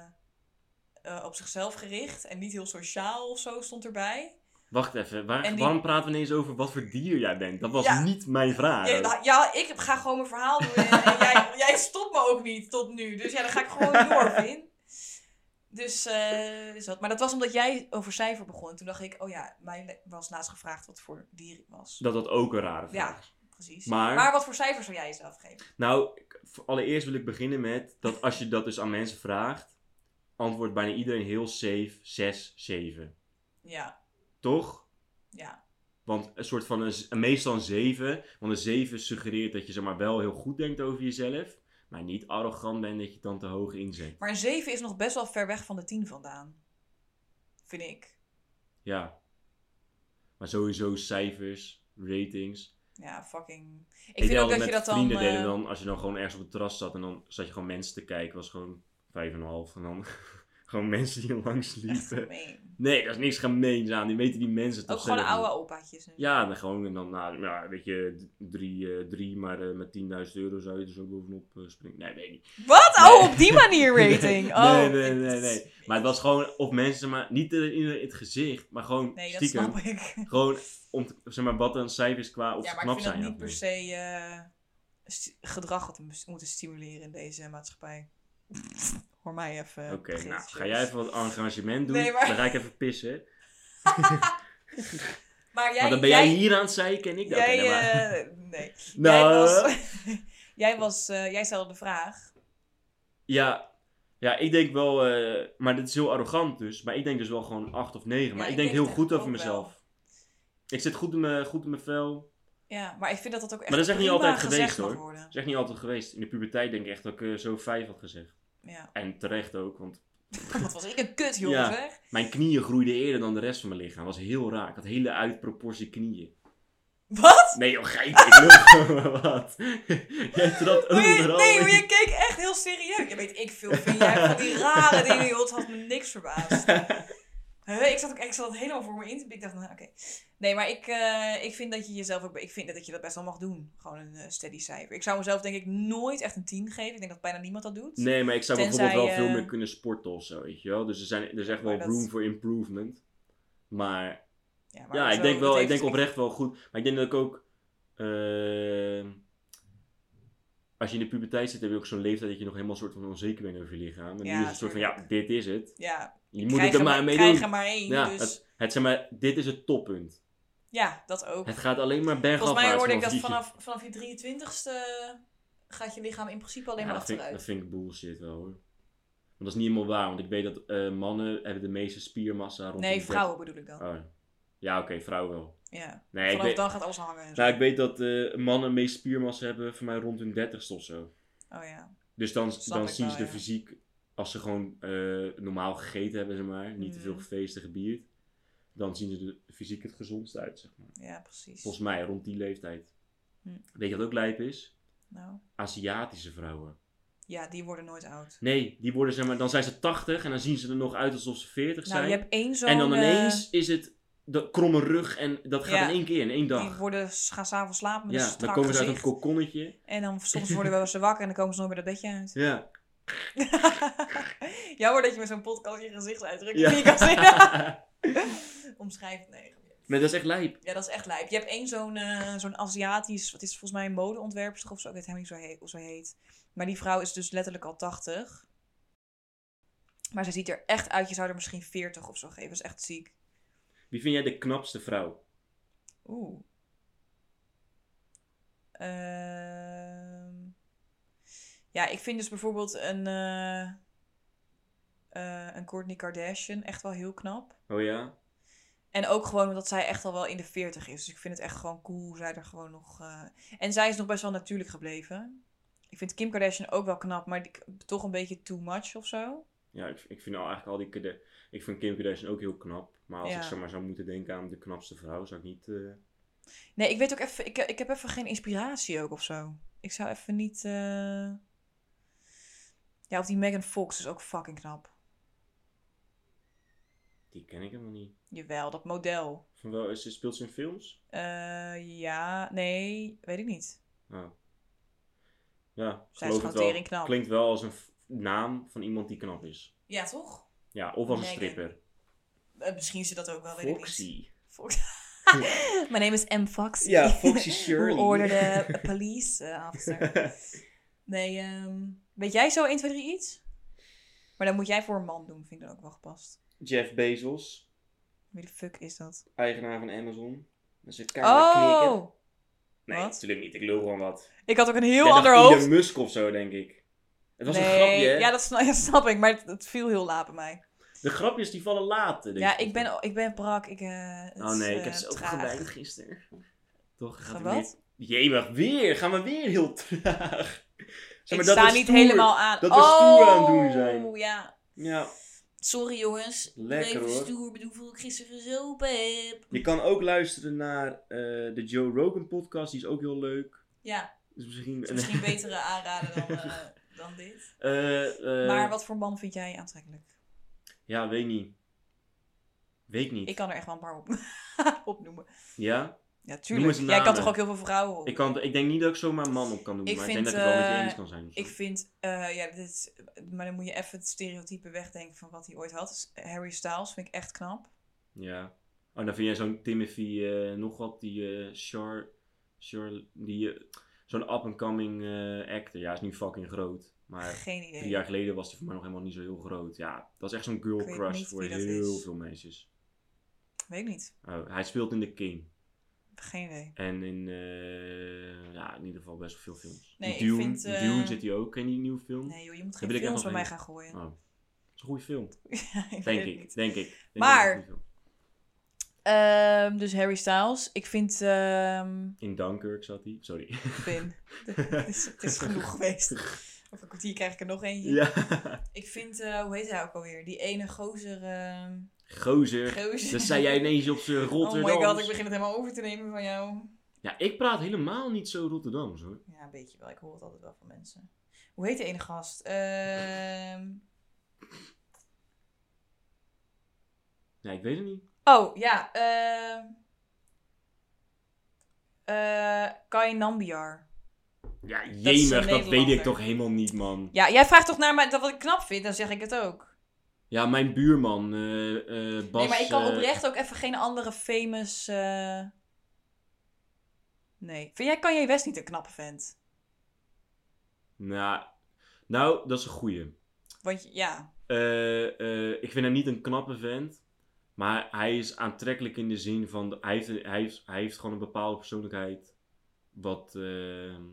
[SPEAKER 2] eh, op zichzelf gericht en niet heel sociaal of zo stond erbij.
[SPEAKER 1] Wacht even, waar,
[SPEAKER 2] En die-
[SPEAKER 1] waarom praten we ineens over wat voor dier jij bent? Dat was
[SPEAKER 2] Ja.
[SPEAKER 1] niet mijn vraag.
[SPEAKER 2] Ja, nou, ja, ik heb- ga gewoon mijn verhaal doen. En, en jij, jij stopt me ook niet tot nu. Dus ja, dan ga ik gewoon door, Vin. Dus, eh, dus dat. Maar dat was omdat jij over cijfer begon. Toen dacht ik, oh ja, mij le- was laatst gevraagd wat voor dier ik was.
[SPEAKER 1] Dat dat ook een rare vraag
[SPEAKER 2] Ja, precies.
[SPEAKER 1] Maar-
[SPEAKER 2] wat voor cijfer zou jij jezelf geven?
[SPEAKER 1] Nou, ik- v- allereerst wil ik beginnen met dat als je dat dus aan mensen vraagt, antwoordt bijna iedereen heel safe 6, 7.
[SPEAKER 2] Ja,
[SPEAKER 1] Toch?
[SPEAKER 2] ja.
[SPEAKER 1] Want een soort van een, z- meestal een 7, want een 7 suggereert dat je zeg maar wel heel goed denkt over jezelf, maar niet arrogant bent dat je het dan te hoog inzet.
[SPEAKER 2] Maar een 7 is nog best wel ver weg van de 10 vandaan. Vind ik.
[SPEAKER 1] Ja. Maar sowieso cijfers, ratings.
[SPEAKER 2] Ja, fucking. Ik,
[SPEAKER 1] deed
[SPEAKER 2] vind ook
[SPEAKER 1] altijd
[SPEAKER 2] dat je
[SPEAKER 1] met
[SPEAKER 2] dat dan.
[SPEAKER 1] vrienden deden
[SPEAKER 2] eh,
[SPEAKER 1] dan, als je dan gewoon ergens op het terras zat en dan zat je gewoon mensen te kijken, was gewoon 5,5 en dan gewoon mensen die langs
[SPEAKER 2] echt
[SPEAKER 1] liepen.
[SPEAKER 2] gemeen.
[SPEAKER 1] Nee, daar is niks gemeens aan, die weten die mensen toch
[SPEAKER 2] Ook gewoon
[SPEAKER 1] zelf niet.
[SPEAKER 2] oude opaatjes. en zo.
[SPEAKER 1] Ja, en dan gewoon en dan, nou, ja, weet je, d- drie, eh, drie maar eh, met 10.000 euro zou je er zo bovenop eh, springen. Nee, weet ik niet.
[SPEAKER 2] Wat?
[SPEAKER 1] Nee.
[SPEAKER 2] Oh, op die manier rating.
[SPEAKER 1] Nee,
[SPEAKER 2] Oh,
[SPEAKER 1] nee, nee, nee,
[SPEAKER 2] het-
[SPEAKER 1] nee. Maar het was gewoon op mensen, maar niet eh, in het gezicht, maar gewoon
[SPEAKER 2] Nee, dat
[SPEAKER 1] stiekem.
[SPEAKER 2] snap ik.
[SPEAKER 1] Gewoon om, te- zeg maar, wat dan cijfers qua of
[SPEAKER 2] ja,
[SPEAKER 1] ze
[SPEAKER 2] maar
[SPEAKER 1] knap
[SPEAKER 2] ik vind
[SPEAKER 1] zijn.
[SPEAKER 2] dat
[SPEAKER 1] ja,
[SPEAKER 2] niet
[SPEAKER 1] of
[SPEAKER 2] per se eh, st- gedrag dat we mus- moeten stimuleren in deze maatschappij. Hoor mij even.
[SPEAKER 1] Oké,
[SPEAKER 2] beginnen,
[SPEAKER 1] nou,
[SPEAKER 2] jongens.
[SPEAKER 1] ga jij even wat engagement doen,
[SPEAKER 2] Eh, Nee, maar-
[SPEAKER 1] dan ga ik even pissen.
[SPEAKER 2] Maar jij,
[SPEAKER 1] maar Oh, dan ben jij, hier aan het zeiken en ik dat.
[SPEAKER 2] jij,
[SPEAKER 1] nee, maar-
[SPEAKER 2] eh, nee.
[SPEAKER 1] Nou,
[SPEAKER 2] Jij was, jij, was eh, jij stelde de vraag.
[SPEAKER 1] ja, ja, ik denk wel, eh, maar dit is heel arrogant dus, maar ik denk dus wel gewoon 8 of 9.
[SPEAKER 2] Ja,
[SPEAKER 1] maar ik
[SPEAKER 2] ik
[SPEAKER 1] denk
[SPEAKER 2] denk
[SPEAKER 1] heel
[SPEAKER 2] het
[SPEAKER 1] goed
[SPEAKER 2] echt
[SPEAKER 1] over
[SPEAKER 2] ook wel.
[SPEAKER 1] mezelf. Ik zit goed in mijn, goed in mijn vel.
[SPEAKER 2] Ja, maar ik vind dat dat ook echt.
[SPEAKER 1] Maar dat is echt niet
[SPEAKER 2] prima
[SPEAKER 1] altijd geweest,
[SPEAKER 2] gezegd mag
[SPEAKER 1] hoor.
[SPEAKER 2] worden.
[SPEAKER 1] Dat is echt niet altijd geweest. In de puberteit denk ik echt dat ik eh, zo vijf had gezegd.
[SPEAKER 2] Ja.
[SPEAKER 1] En terecht ook, want
[SPEAKER 2] Wat was ik een kut, jongen.
[SPEAKER 1] Ja.
[SPEAKER 2] zeg.
[SPEAKER 1] mijn knieën groeiden eerder dan de rest van mijn lichaam. was heel raar. Ik had hele uitproportie knieën.
[SPEAKER 2] Wat?
[SPEAKER 1] Nee joh, geit, ik wil gewoon wat. Jij trapt
[SPEAKER 2] Hoe je,
[SPEAKER 1] overal
[SPEAKER 2] nee,
[SPEAKER 1] in.
[SPEAKER 2] maar je keek echt heel serieus. Ja, weet ik veel. Vind jij van die rare dingen, joh. Het had me niks verbaasd. Huh, ik zat ook echt zat helemaal voor me in te pikken. Ik dacht, nou, oké. Nee, maar ik, eh, ik vind dat je jezelf ook... Ik vind dat je dat best wel mag doen. Gewoon een eh, steady cijfer. Ik zou mezelf denk ik nooit echt een 10 geven. Ik denk dat bijna niemand dat doet.
[SPEAKER 1] Nee, maar ik zou
[SPEAKER 2] Tenzij,
[SPEAKER 1] bijvoorbeeld wel
[SPEAKER 2] eh,
[SPEAKER 1] veel meer kunnen sporten of zo, weet je wel. Dus er, zijn, er is echt wel
[SPEAKER 2] Maar dat-
[SPEAKER 1] room for improvement. Maar
[SPEAKER 2] maar
[SPEAKER 1] ja,
[SPEAKER 2] zo,
[SPEAKER 1] ik denk
[SPEAKER 2] dat
[SPEAKER 1] wel, ik
[SPEAKER 2] heeft-
[SPEAKER 1] denk oprecht wel goed. Maar ik denk dat ik ook. ehm, als je in de puberteit zit, heb je ook zo'n leeftijd dat je nog helemaal soort van onzeker bent over je lichaam. En
[SPEAKER 2] Ja,
[SPEAKER 1] nu is het soort van, ja,
[SPEAKER 2] tuurlijk.
[SPEAKER 1] dit is het.
[SPEAKER 2] Ja,
[SPEAKER 1] Je moet
[SPEAKER 2] krijg
[SPEAKER 1] het er
[SPEAKER 2] er
[SPEAKER 1] maar mee
[SPEAKER 2] krijg
[SPEAKER 1] doen.
[SPEAKER 2] er maar één,
[SPEAKER 1] Ja,
[SPEAKER 2] dus...
[SPEAKER 1] het, het, zeg maar, dit is het toppunt.
[SPEAKER 2] Ja, dat ook.
[SPEAKER 1] Het gaat alleen maar bergafwaarts.
[SPEAKER 2] Volgens mij hoorde ik dat
[SPEAKER 1] die-
[SPEAKER 2] vanaf, vanaf je 23ste gaat je lichaam in principe alleen
[SPEAKER 1] Ja,
[SPEAKER 2] maar
[SPEAKER 1] dat, vind, ik-
[SPEAKER 2] achteruit.
[SPEAKER 1] dat vind ik bullshit wel hoor. Want dat is niet helemaal waar, want ik weet dat eh, mannen hebben de meeste spiermassa rond
[SPEAKER 2] Nee, vrouwen bedoel ik dan.
[SPEAKER 1] Oh. Ja, oké, vrouwen wel.
[SPEAKER 2] Ja.
[SPEAKER 1] Nee, ik
[SPEAKER 2] Vanaf
[SPEAKER 1] weet,
[SPEAKER 2] dan gaat alles hangen. en zo.
[SPEAKER 1] nou, ik weet dat eh, mannen de meeste spiermassa hebben voor mij rond hun dertigste of zo.
[SPEAKER 2] Oh ja.
[SPEAKER 1] Dus dan,
[SPEAKER 2] Snap
[SPEAKER 1] dan
[SPEAKER 2] ik
[SPEAKER 1] zien
[SPEAKER 2] wel,
[SPEAKER 1] ze de
[SPEAKER 2] ja.
[SPEAKER 1] fysiek als ze gewoon eh, normaal gegeten hebben, zeg maar. Niet te veel
[SPEAKER 2] Mhm.
[SPEAKER 1] gefeesten, gebierd. Dan zien ze de fysiek het gezondst uit, zeg maar.
[SPEAKER 2] Ja, precies.
[SPEAKER 1] Volgens mij rond die leeftijd.
[SPEAKER 2] Hm.
[SPEAKER 1] Weet je wat ook lijp is?
[SPEAKER 2] Nou,
[SPEAKER 1] Aziatische vrouwen.
[SPEAKER 2] ja, die worden nooit oud.
[SPEAKER 1] Nee, die worden zeg maar, dan zijn ze 80 en dan zien ze er nog uit alsof ze 40
[SPEAKER 2] Nou,
[SPEAKER 1] zijn.
[SPEAKER 2] je hebt één zo'n...
[SPEAKER 1] en dan
[SPEAKER 2] eh,
[SPEAKER 1] ineens is het de kromme rug en dat gaat
[SPEAKER 2] Ja.
[SPEAKER 1] in één keer, in één
[SPEAKER 2] die
[SPEAKER 1] dag.
[SPEAKER 2] worden, gaan s'avonds slapen met een
[SPEAKER 1] Ja,
[SPEAKER 2] strak
[SPEAKER 1] dan komen ze uit een
[SPEAKER 2] gezicht.
[SPEAKER 1] kokonnetje.
[SPEAKER 2] En dan soms worden we wel ze wakker en dan komen ze nooit meer dat bedje uit.
[SPEAKER 1] Ja.
[SPEAKER 2] Jammer dat je met zo'n podcast je gezichtsuitdrukking
[SPEAKER 1] ja.
[SPEAKER 2] niet kan zien. Omschrijvend, nee.
[SPEAKER 1] maar dat is echt lijp.
[SPEAKER 2] Ja, dat is echt lijp. Je hebt één zo'n eh, zo'n Aziatisch, wat is het volgens mij een modeontwerpster of zo, ik weet helemaal niet zo heet, hoe ze heet. Maar die vrouw is dus letterlijk al 80. Maar ze ziet er echt uit, je zou er misschien 40 of zo geven. Dat is echt ziek.
[SPEAKER 1] Wie vind jij de knapste vrouw?
[SPEAKER 2] Oeh. Ehm, ja, ik vind dus bijvoorbeeld een, eh eh, een Kourtney Kardashian echt wel heel knap.
[SPEAKER 1] Oh ja?
[SPEAKER 2] En ook gewoon omdat zij echt al wel in de 40 is. Dus ik vind het echt gewoon cool. hoe Zij er gewoon nog. eh, En zij is nog best wel natuurlijk gebleven. Ik vind Kim Kardashian ook wel knap, maar die- toch een beetje too much of zo.
[SPEAKER 1] Ja, ik, ik vind al eigenlijk al die... kade- Ik vind Kim Kardashian ook heel knap. Maar als
[SPEAKER 2] Ja.
[SPEAKER 1] ik zeg maar zou moeten denken aan de knapste vrouw, zou ik niet... eh,
[SPEAKER 2] Nee, ik weet ook even. Ik, ik heb even geen inspiratie ook of zo. Ik zou even niet. eh, Ja, of die Megan Fox is ook fucking knap.
[SPEAKER 1] Die ken ik helemaal niet.
[SPEAKER 2] Jawel, dat model.
[SPEAKER 1] Van wel, is, speelt ze in films?
[SPEAKER 2] Eh, ja, nee, weet ik niet.
[SPEAKER 1] Oh. Ja,
[SPEAKER 2] Zij
[SPEAKER 1] geloof
[SPEAKER 2] is
[SPEAKER 1] het
[SPEAKER 2] gewoon
[SPEAKER 1] wel.
[SPEAKER 2] teringknap.
[SPEAKER 1] Klinkt wel als een f- naam van iemand die knap is.
[SPEAKER 2] Ja, toch?
[SPEAKER 1] Ja, of als een
[SPEAKER 2] Megan.
[SPEAKER 1] stripper.
[SPEAKER 2] Eh, misschien is ze dat ook wel, weet ik niet.
[SPEAKER 1] Foxy.
[SPEAKER 2] Foxy. Mijn naam is M. Foxy. Who ordered a, a police eh, officer. Nee, ehm, weet jij zo 1, 2, 3 iets? Maar dan moet jij voor een man doen, vind ik dan ook wel gepast.
[SPEAKER 1] Jeff Bezos,
[SPEAKER 2] Wie de fuck is dat?
[SPEAKER 1] eigenaar van Amazon. Dat is een kamerknikker.
[SPEAKER 2] Oh!
[SPEAKER 1] nee,
[SPEAKER 2] wat?
[SPEAKER 1] natuurlijk niet. Ik lul gewoon wat.
[SPEAKER 2] Ik had ook een heel
[SPEAKER 1] Jij dacht
[SPEAKER 2] ander
[SPEAKER 1] Elon
[SPEAKER 2] hoofd.
[SPEAKER 1] Musk of zo, denk ik. Het was een
[SPEAKER 2] Nee,
[SPEAKER 1] grapje, hè?
[SPEAKER 2] Ja, dat snap, ja, snap ik, maar het, het viel heel laat bij mij.
[SPEAKER 1] De grapjes die vallen later. denk
[SPEAKER 2] Ja, ik ben, ik ben brak. Ik, eh, het
[SPEAKER 1] Oh
[SPEAKER 2] is,
[SPEAKER 1] nee, ik
[SPEAKER 2] eh,
[SPEAKER 1] heb ze ook
[SPEAKER 2] traag.
[SPEAKER 1] gewijd gisteren. Toch? Gaat
[SPEAKER 2] Ge-
[SPEAKER 1] hij
[SPEAKER 2] Wat?
[SPEAKER 1] weer... Jemig, weer! Gaan we weer heel traag. Zeg maar,
[SPEAKER 2] ik
[SPEAKER 1] dat
[SPEAKER 2] sta
[SPEAKER 1] is
[SPEAKER 2] niet
[SPEAKER 1] stoer.
[SPEAKER 2] helemaal aan.
[SPEAKER 1] dat we stoer aan het doen zijn.
[SPEAKER 2] Oh, Ja,
[SPEAKER 1] Ja.
[SPEAKER 3] Sorry jongens.
[SPEAKER 1] Lekker,
[SPEAKER 3] even
[SPEAKER 1] hoor.
[SPEAKER 3] stoer bedoel hoeveel ik gisteren gezopen heb.
[SPEAKER 1] Je kan ook luisteren naar eh, de Joe Rogan podcast. Die is ook heel leuk.
[SPEAKER 2] Ja,
[SPEAKER 1] Dus misschien...
[SPEAKER 2] is misschien betere aanraden dan, eh, dan dit.
[SPEAKER 1] Eh, eh,
[SPEAKER 2] Maar wat voor man vind jij aantrekkelijk?
[SPEAKER 1] Ja, weet niet. Weet niet.
[SPEAKER 2] Ik kan er echt wel een paar op, opnoemen.
[SPEAKER 1] Ja?
[SPEAKER 2] Ja,
[SPEAKER 1] Noem eens
[SPEAKER 2] tuurlijk. Jij kan
[SPEAKER 1] namen.
[SPEAKER 2] toch ook heel veel vrouwen op.
[SPEAKER 1] Ik, kan, ik denk niet dat ik zomaar een man op kan doen.
[SPEAKER 2] Ik
[SPEAKER 1] maar ik
[SPEAKER 2] vind,
[SPEAKER 1] denk dat ik het wel met
[SPEAKER 2] eh,
[SPEAKER 1] je eens kan zijn. of zo.
[SPEAKER 2] Ik vind, eh, ja, dit is, maar dan moet je even het stereotype wegdenken van wat hij ooit had. Dus Harry Styles vind ik echt knap.
[SPEAKER 1] Ja. Oh, dan vind jij zo'n Timothy eh, nog wat, die eh Char... Char die, eh, zo'n up-and-coming eh, actor. Ja, is nu fucking groot. Maar
[SPEAKER 2] Geen idee.
[SPEAKER 1] drie jaar geleden was hij voor mij nog helemaal niet zo heel groot. Ja, dat is echt zo'n girl
[SPEAKER 2] Ik weet
[SPEAKER 1] crush
[SPEAKER 2] niet
[SPEAKER 1] voor
[SPEAKER 2] wie dat
[SPEAKER 1] heel
[SPEAKER 2] is.
[SPEAKER 1] veel meisjes.
[SPEAKER 2] Weet ik niet.
[SPEAKER 1] Oh, hij speelt in The King.
[SPEAKER 2] Geen idee.
[SPEAKER 1] En in, eh, ja, in ieder geval best wel veel films.
[SPEAKER 2] Nee, ik
[SPEAKER 1] Dune,
[SPEAKER 2] vind, eh,
[SPEAKER 1] Dune zit hij ook in die nieuwe film.
[SPEAKER 2] Nee joh, je moet
[SPEAKER 1] Daar
[SPEAKER 2] geen
[SPEAKER 1] wil ik
[SPEAKER 2] films
[SPEAKER 1] echt
[SPEAKER 2] bij
[SPEAKER 1] nog Oh,
[SPEAKER 2] mij
[SPEAKER 1] heen.
[SPEAKER 2] gaan gooien.
[SPEAKER 1] Oh, dat is een goede film.
[SPEAKER 2] Ja,
[SPEAKER 1] Denk
[SPEAKER 2] ik weet het
[SPEAKER 1] ik,
[SPEAKER 2] niet.
[SPEAKER 1] denk ik. Denk ik
[SPEAKER 2] Maar-
[SPEAKER 1] dat het een goede film is.
[SPEAKER 2] Ehm, dus Harry Styles. Ik vind... ehm,
[SPEAKER 1] In Dunkirk zat hij. Sorry.
[SPEAKER 2] Bin. het, is, het is genoeg geweest. Over een kwartier krijg ik er nog eentje.
[SPEAKER 1] Ja.
[SPEAKER 2] Ik vind, eh, hoe heet hij ook alweer? Die ene gozer... ehm,
[SPEAKER 1] Gozer.
[SPEAKER 2] gozer.
[SPEAKER 1] Dat zei jij ineens op zijn
[SPEAKER 2] Oh my
[SPEAKER 1] Rotterdam.
[SPEAKER 2] god, ik begin het helemaal over te nemen van jou.
[SPEAKER 1] Ja, ik praat helemaal niet zo Rotterdams hoor.
[SPEAKER 2] Ja, een beetje wel. Ik hoor het altijd wel van mensen. Hoe heet de ene gast? Ehm,
[SPEAKER 1] Nee, ik weet het niet.
[SPEAKER 2] Oh, ja. ehm eh, Kai Nambiar.
[SPEAKER 1] Ja,
[SPEAKER 2] een
[SPEAKER 1] jemig, dat, weet ik
[SPEAKER 2] Nederlander.
[SPEAKER 1] toch helemaal niet, man. Ja,
[SPEAKER 2] Ja, jij vraagt toch naar mij dat wat ik knap vind? Dan zeg ik het ook.
[SPEAKER 1] mijn buurman, eh, eh, Bas.
[SPEAKER 2] nee, maar ik kan
[SPEAKER 1] eh,
[SPEAKER 2] oprecht ook even geen andere famous... eh, Nee. Vind jij Kanye West niet een knappe vent?
[SPEAKER 1] nou, nou, dat is een goeie.
[SPEAKER 2] Want je- ja,
[SPEAKER 1] Eh, eh, ik vind hem niet een knappe vent. Maar hij is aantrekkelijk in de zin van... de- hij, heeft, hij, heeft, hij heeft gewoon een bepaalde persoonlijkheid. Wat... ehm,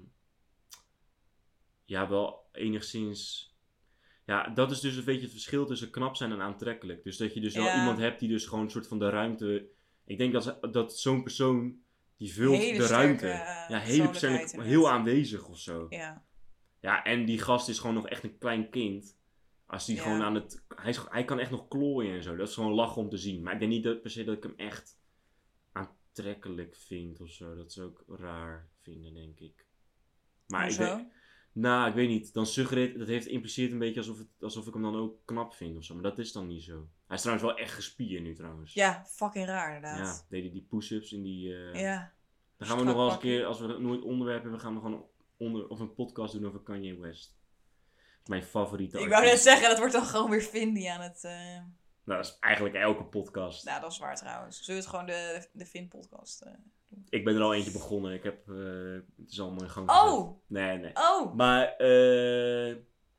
[SPEAKER 1] ja, wel enigszins... Ja, dat is dus een beetje het verschil tussen knap zijn en aantrekkelijk. Dus dat je dus wel
[SPEAKER 2] Ja.
[SPEAKER 1] iemand hebt die dus gewoon een soort van de ruimte... Ik denk dat, ze- dat zo'n persoon... Die vult
[SPEAKER 2] Hele
[SPEAKER 1] de
[SPEAKER 2] sterke,
[SPEAKER 1] ruimte.
[SPEAKER 2] eh,
[SPEAKER 1] ja, hele
[SPEAKER 2] persoonlijkheid
[SPEAKER 1] persoonlijk,
[SPEAKER 2] inderdaad.
[SPEAKER 1] heel aanwezig of zo.
[SPEAKER 2] ja.
[SPEAKER 1] Ja, en die gast is gewoon nog echt een klein kind. Als die
[SPEAKER 2] Ja.
[SPEAKER 1] gewoon aan het... Hij, is, hij kan echt nog klooien en zo. Dat is gewoon lachen om te zien. Maar ik denk niet dat, per se dat ik hem echt aantrekkelijk vind of zo. Dat ze ook raar vinden, denk ik. Maar ik
[SPEAKER 2] Hoezo?
[SPEAKER 1] denk... Nou, ik weet niet. Dan suggereert... Dat heeft impliceert een beetje alsof, het, alsof ik hem dan ook knap vind of zo. Maar dat is dan niet zo. Hij is trouwens wel echt gespierd nu trouwens.
[SPEAKER 2] Ja, fucking raar
[SPEAKER 1] Ja,
[SPEAKER 2] inderdaad.
[SPEAKER 1] deden die push-ups in die... eh,
[SPEAKER 2] Ja.
[SPEAKER 1] Dan gaan we nog
[SPEAKER 2] Strak
[SPEAKER 1] wel eens een
[SPEAKER 2] pakken.
[SPEAKER 1] keer, als we nooit onderwerpen hebben, gaan we gewoon onder, of een podcast doen over Kanye West. Mijn favoriete
[SPEAKER 2] Ik wou
[SPEAKER 1] artiest.
[SPEAKER 2] net zeggen, dat wordt dan gewoon weer Vindy aan het... eh,
[SPEAKER 1] Nou, dat is eigenlijk elke podcast.
[SPEAKER 2] Nou, dat is waar trouwens. Zullen we het gewoon de, de Vin-podcast... eh,
[SPEAKER 1] Ik ben er al eentje begonnen. Ik heb, eh, het is allemaal in gang. gezet.
[SPEAKER 2] Oh!
[SPEAKER 1] Nee, nee.
[SPEAKER 2] Oh!
[SPEAKER 1] Maar, eh,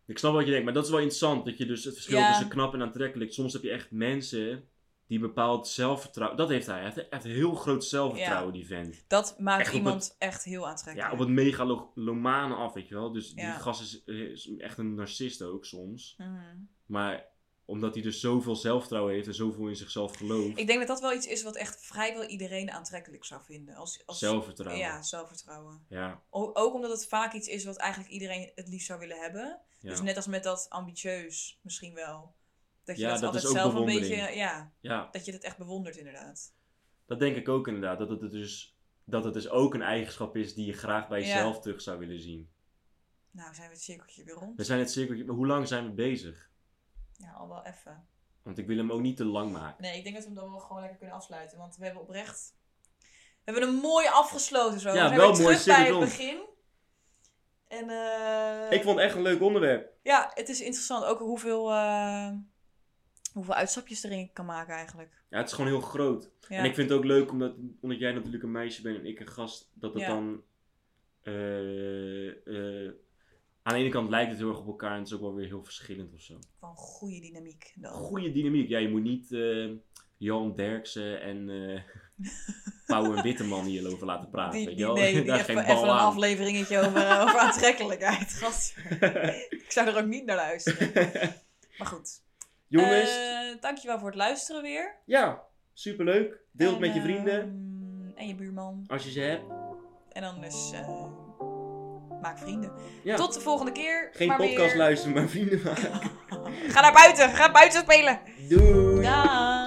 [SPEAKER 1] ik snap wat je denkt. Maar dat is wel interessant, dat je dus het verschil
[SPEAKER 2] Ja.
[SPEAKER 1] tussen knap en aantrekkelijk. Soms heb je echt mensen die bepaald zelfvertrouwen... Dat heeft hij. Hij heeft echt heel groot zelfvertrouwen, die vent.
[SPEAKER 2] Dat maakt
[SPEAKER 1] Echt op
[SPEAKER 2] iemand echt heel aantrekkelijk.
[SPEAKER 1] Ja, op het megalomane af, weet je wel. Dus
[SPEAKER 2] Ja.
[SPEAKER 1] die gast is, is echt een narcist ook soms.
[SPEAKER 2] Mhm.
[SPEAKER 1] Maar omdat hij dus zoveel zelfvertrouwen heeft en zoveel in zichzelf gelooft.
[SPEAKER 2] Ik denk dat dat wel iets is wat echt vrijwel iedereen aantrekkelijk zou vinden. Als, als,
[SPEAKER 1] zelfvertrouwen.
[SPEAKER 2] Ja,
[SPEAKER 1] Ja.
[SPEAKER 2] zelfvertrouwen.
[SPEAKER 1] ja,
[SPEAKER 2] O- ook omdat het vaak iets is wat eigenlijk iedereen het liefst zou willen hebben. Dus net als met dat ambitieus misschien wel. Dat je
[SPEAKER 1] Ja,
[SPEAKER 2] dat,
[SPEAKER 1] dat
[SPEAKER 2] altijd
[SPEAKER 1] is ook
[SPEAKER 2] zelf een
[SPEAKER 1] bewondering.
[SPEAKER 2] beetje... Ja,
[SPEAKER 1] ja,
[SPEAKER 2] dat je dat echt bewondert inderdaad.
[SPEAKER 1] dat denk ik ook inderdaad. Dat het dus, dat het dus ook een eigenschap is die je graag bij
[SPEAKER 2] Ja.
[SPEAKER 1] jezelf terug zou willen zien.
[SPEAKER 2] Nou, zijn we het cirkeltje weer rond?
[SPEAKER 1] We zijn het cirkeltje, maar hoe lang zijn we bezig?
[SPEAKER 2] Ja, al wel even.
[SPEAKER 1] Want ik wil hem ook niet te lang maken.
[SPEAKER 2] Nee, ik denk dat we hem dan wel gewoon lekker kunnen afsluiten. Want we hebben oprecht... We hebben een mooi afgesloten
[SPEAKER 1] Ja,
[SPEAKER 2] zo. we zijn
[SPEAKER 1] wel
[SPEAKER 2] weer
[SPEAKER 1] mooi
[SPEAKER 2] terug bij het
[SPEAKER 1] cirkelrond.
[SPEAKER 2] begin. En eh,
[SPEAKER 1] Ik vond het echt een leuk onderwerp.
[SPEAKER 2] Ja, het is interessant ook hoeveel, eh, hoeveel uitstapjes erin kan maken eigenlijk.
[SPEAKER 1] Ja, het is gewoon heel groot.
[SPEAKER 2] Ja.
[SPEAKER 1] En ik vind het ook leuk omdat, omdat jij natuurlijk een meisje bent en ik een gast, dat het
[SPEAKER 2] Ja.
[SPEAKER 1] dan. eh, eh, aan de ene kant lijkt het heel erg op elkaar en het is ook wel weer heel verschillend of zo.
[SPEAKER 2] Wel een goede dynamiek. in de ogen.
[SPEAKER 1] goede dynamiek. Ja, je moet niet eh, Jan Derksen en eh Pauw en Witteman hierover laten praten.
[SPEAKER 2] Die,
[SPEAKER 1] weet
[SPEAKER 2] die,
[SPEAKER 1] je wel?
[SPEAKER 2] nee, die
[SPEAKER 1] Daar is
[SPEAKER 2] even,
[SPEAKER 1] geen
[SPEAKER 2] even
[SPEAKER 1] bal
[SPEAKER 2] een
[SPEAKER 1] aan.
[SPEAKER 2] afleveringetje over, over aantrekkelijkheid. Gast, ik zou er ook niet naar luisteren. Maar goed.
[SPEAKER 1] Jongens,
[SPEAKER 2] Eh, dankjewel voor het luisteren weer.
[SPEAKER 1] ja, superleuk. Deel het
[SPEAKER 2] En, eh,
[SPEAKER 1] met je vrienden
[SPEAKER 2] ehm, en je buurman.
[SPEAKER 1] als je ze hebt.
[SPEAKER 2] En anders eh, maak vrienden.
[SPEAKER 1] Ja,
[SPEAKER 2] Tot de volgende keer.
[SPEAKER 1] geen
[SPEAKER 2] maar
[SPEAKER 1] podcast
[SPEAKER 2] weer.
[SPEAKER 1] luisteren, maar vrienden maken.
[SPEAKER 2] Ga naar buiten. Ga buiten spelen.
[SPEAKER 1] Doei!
[SPEAKER 2] Daag.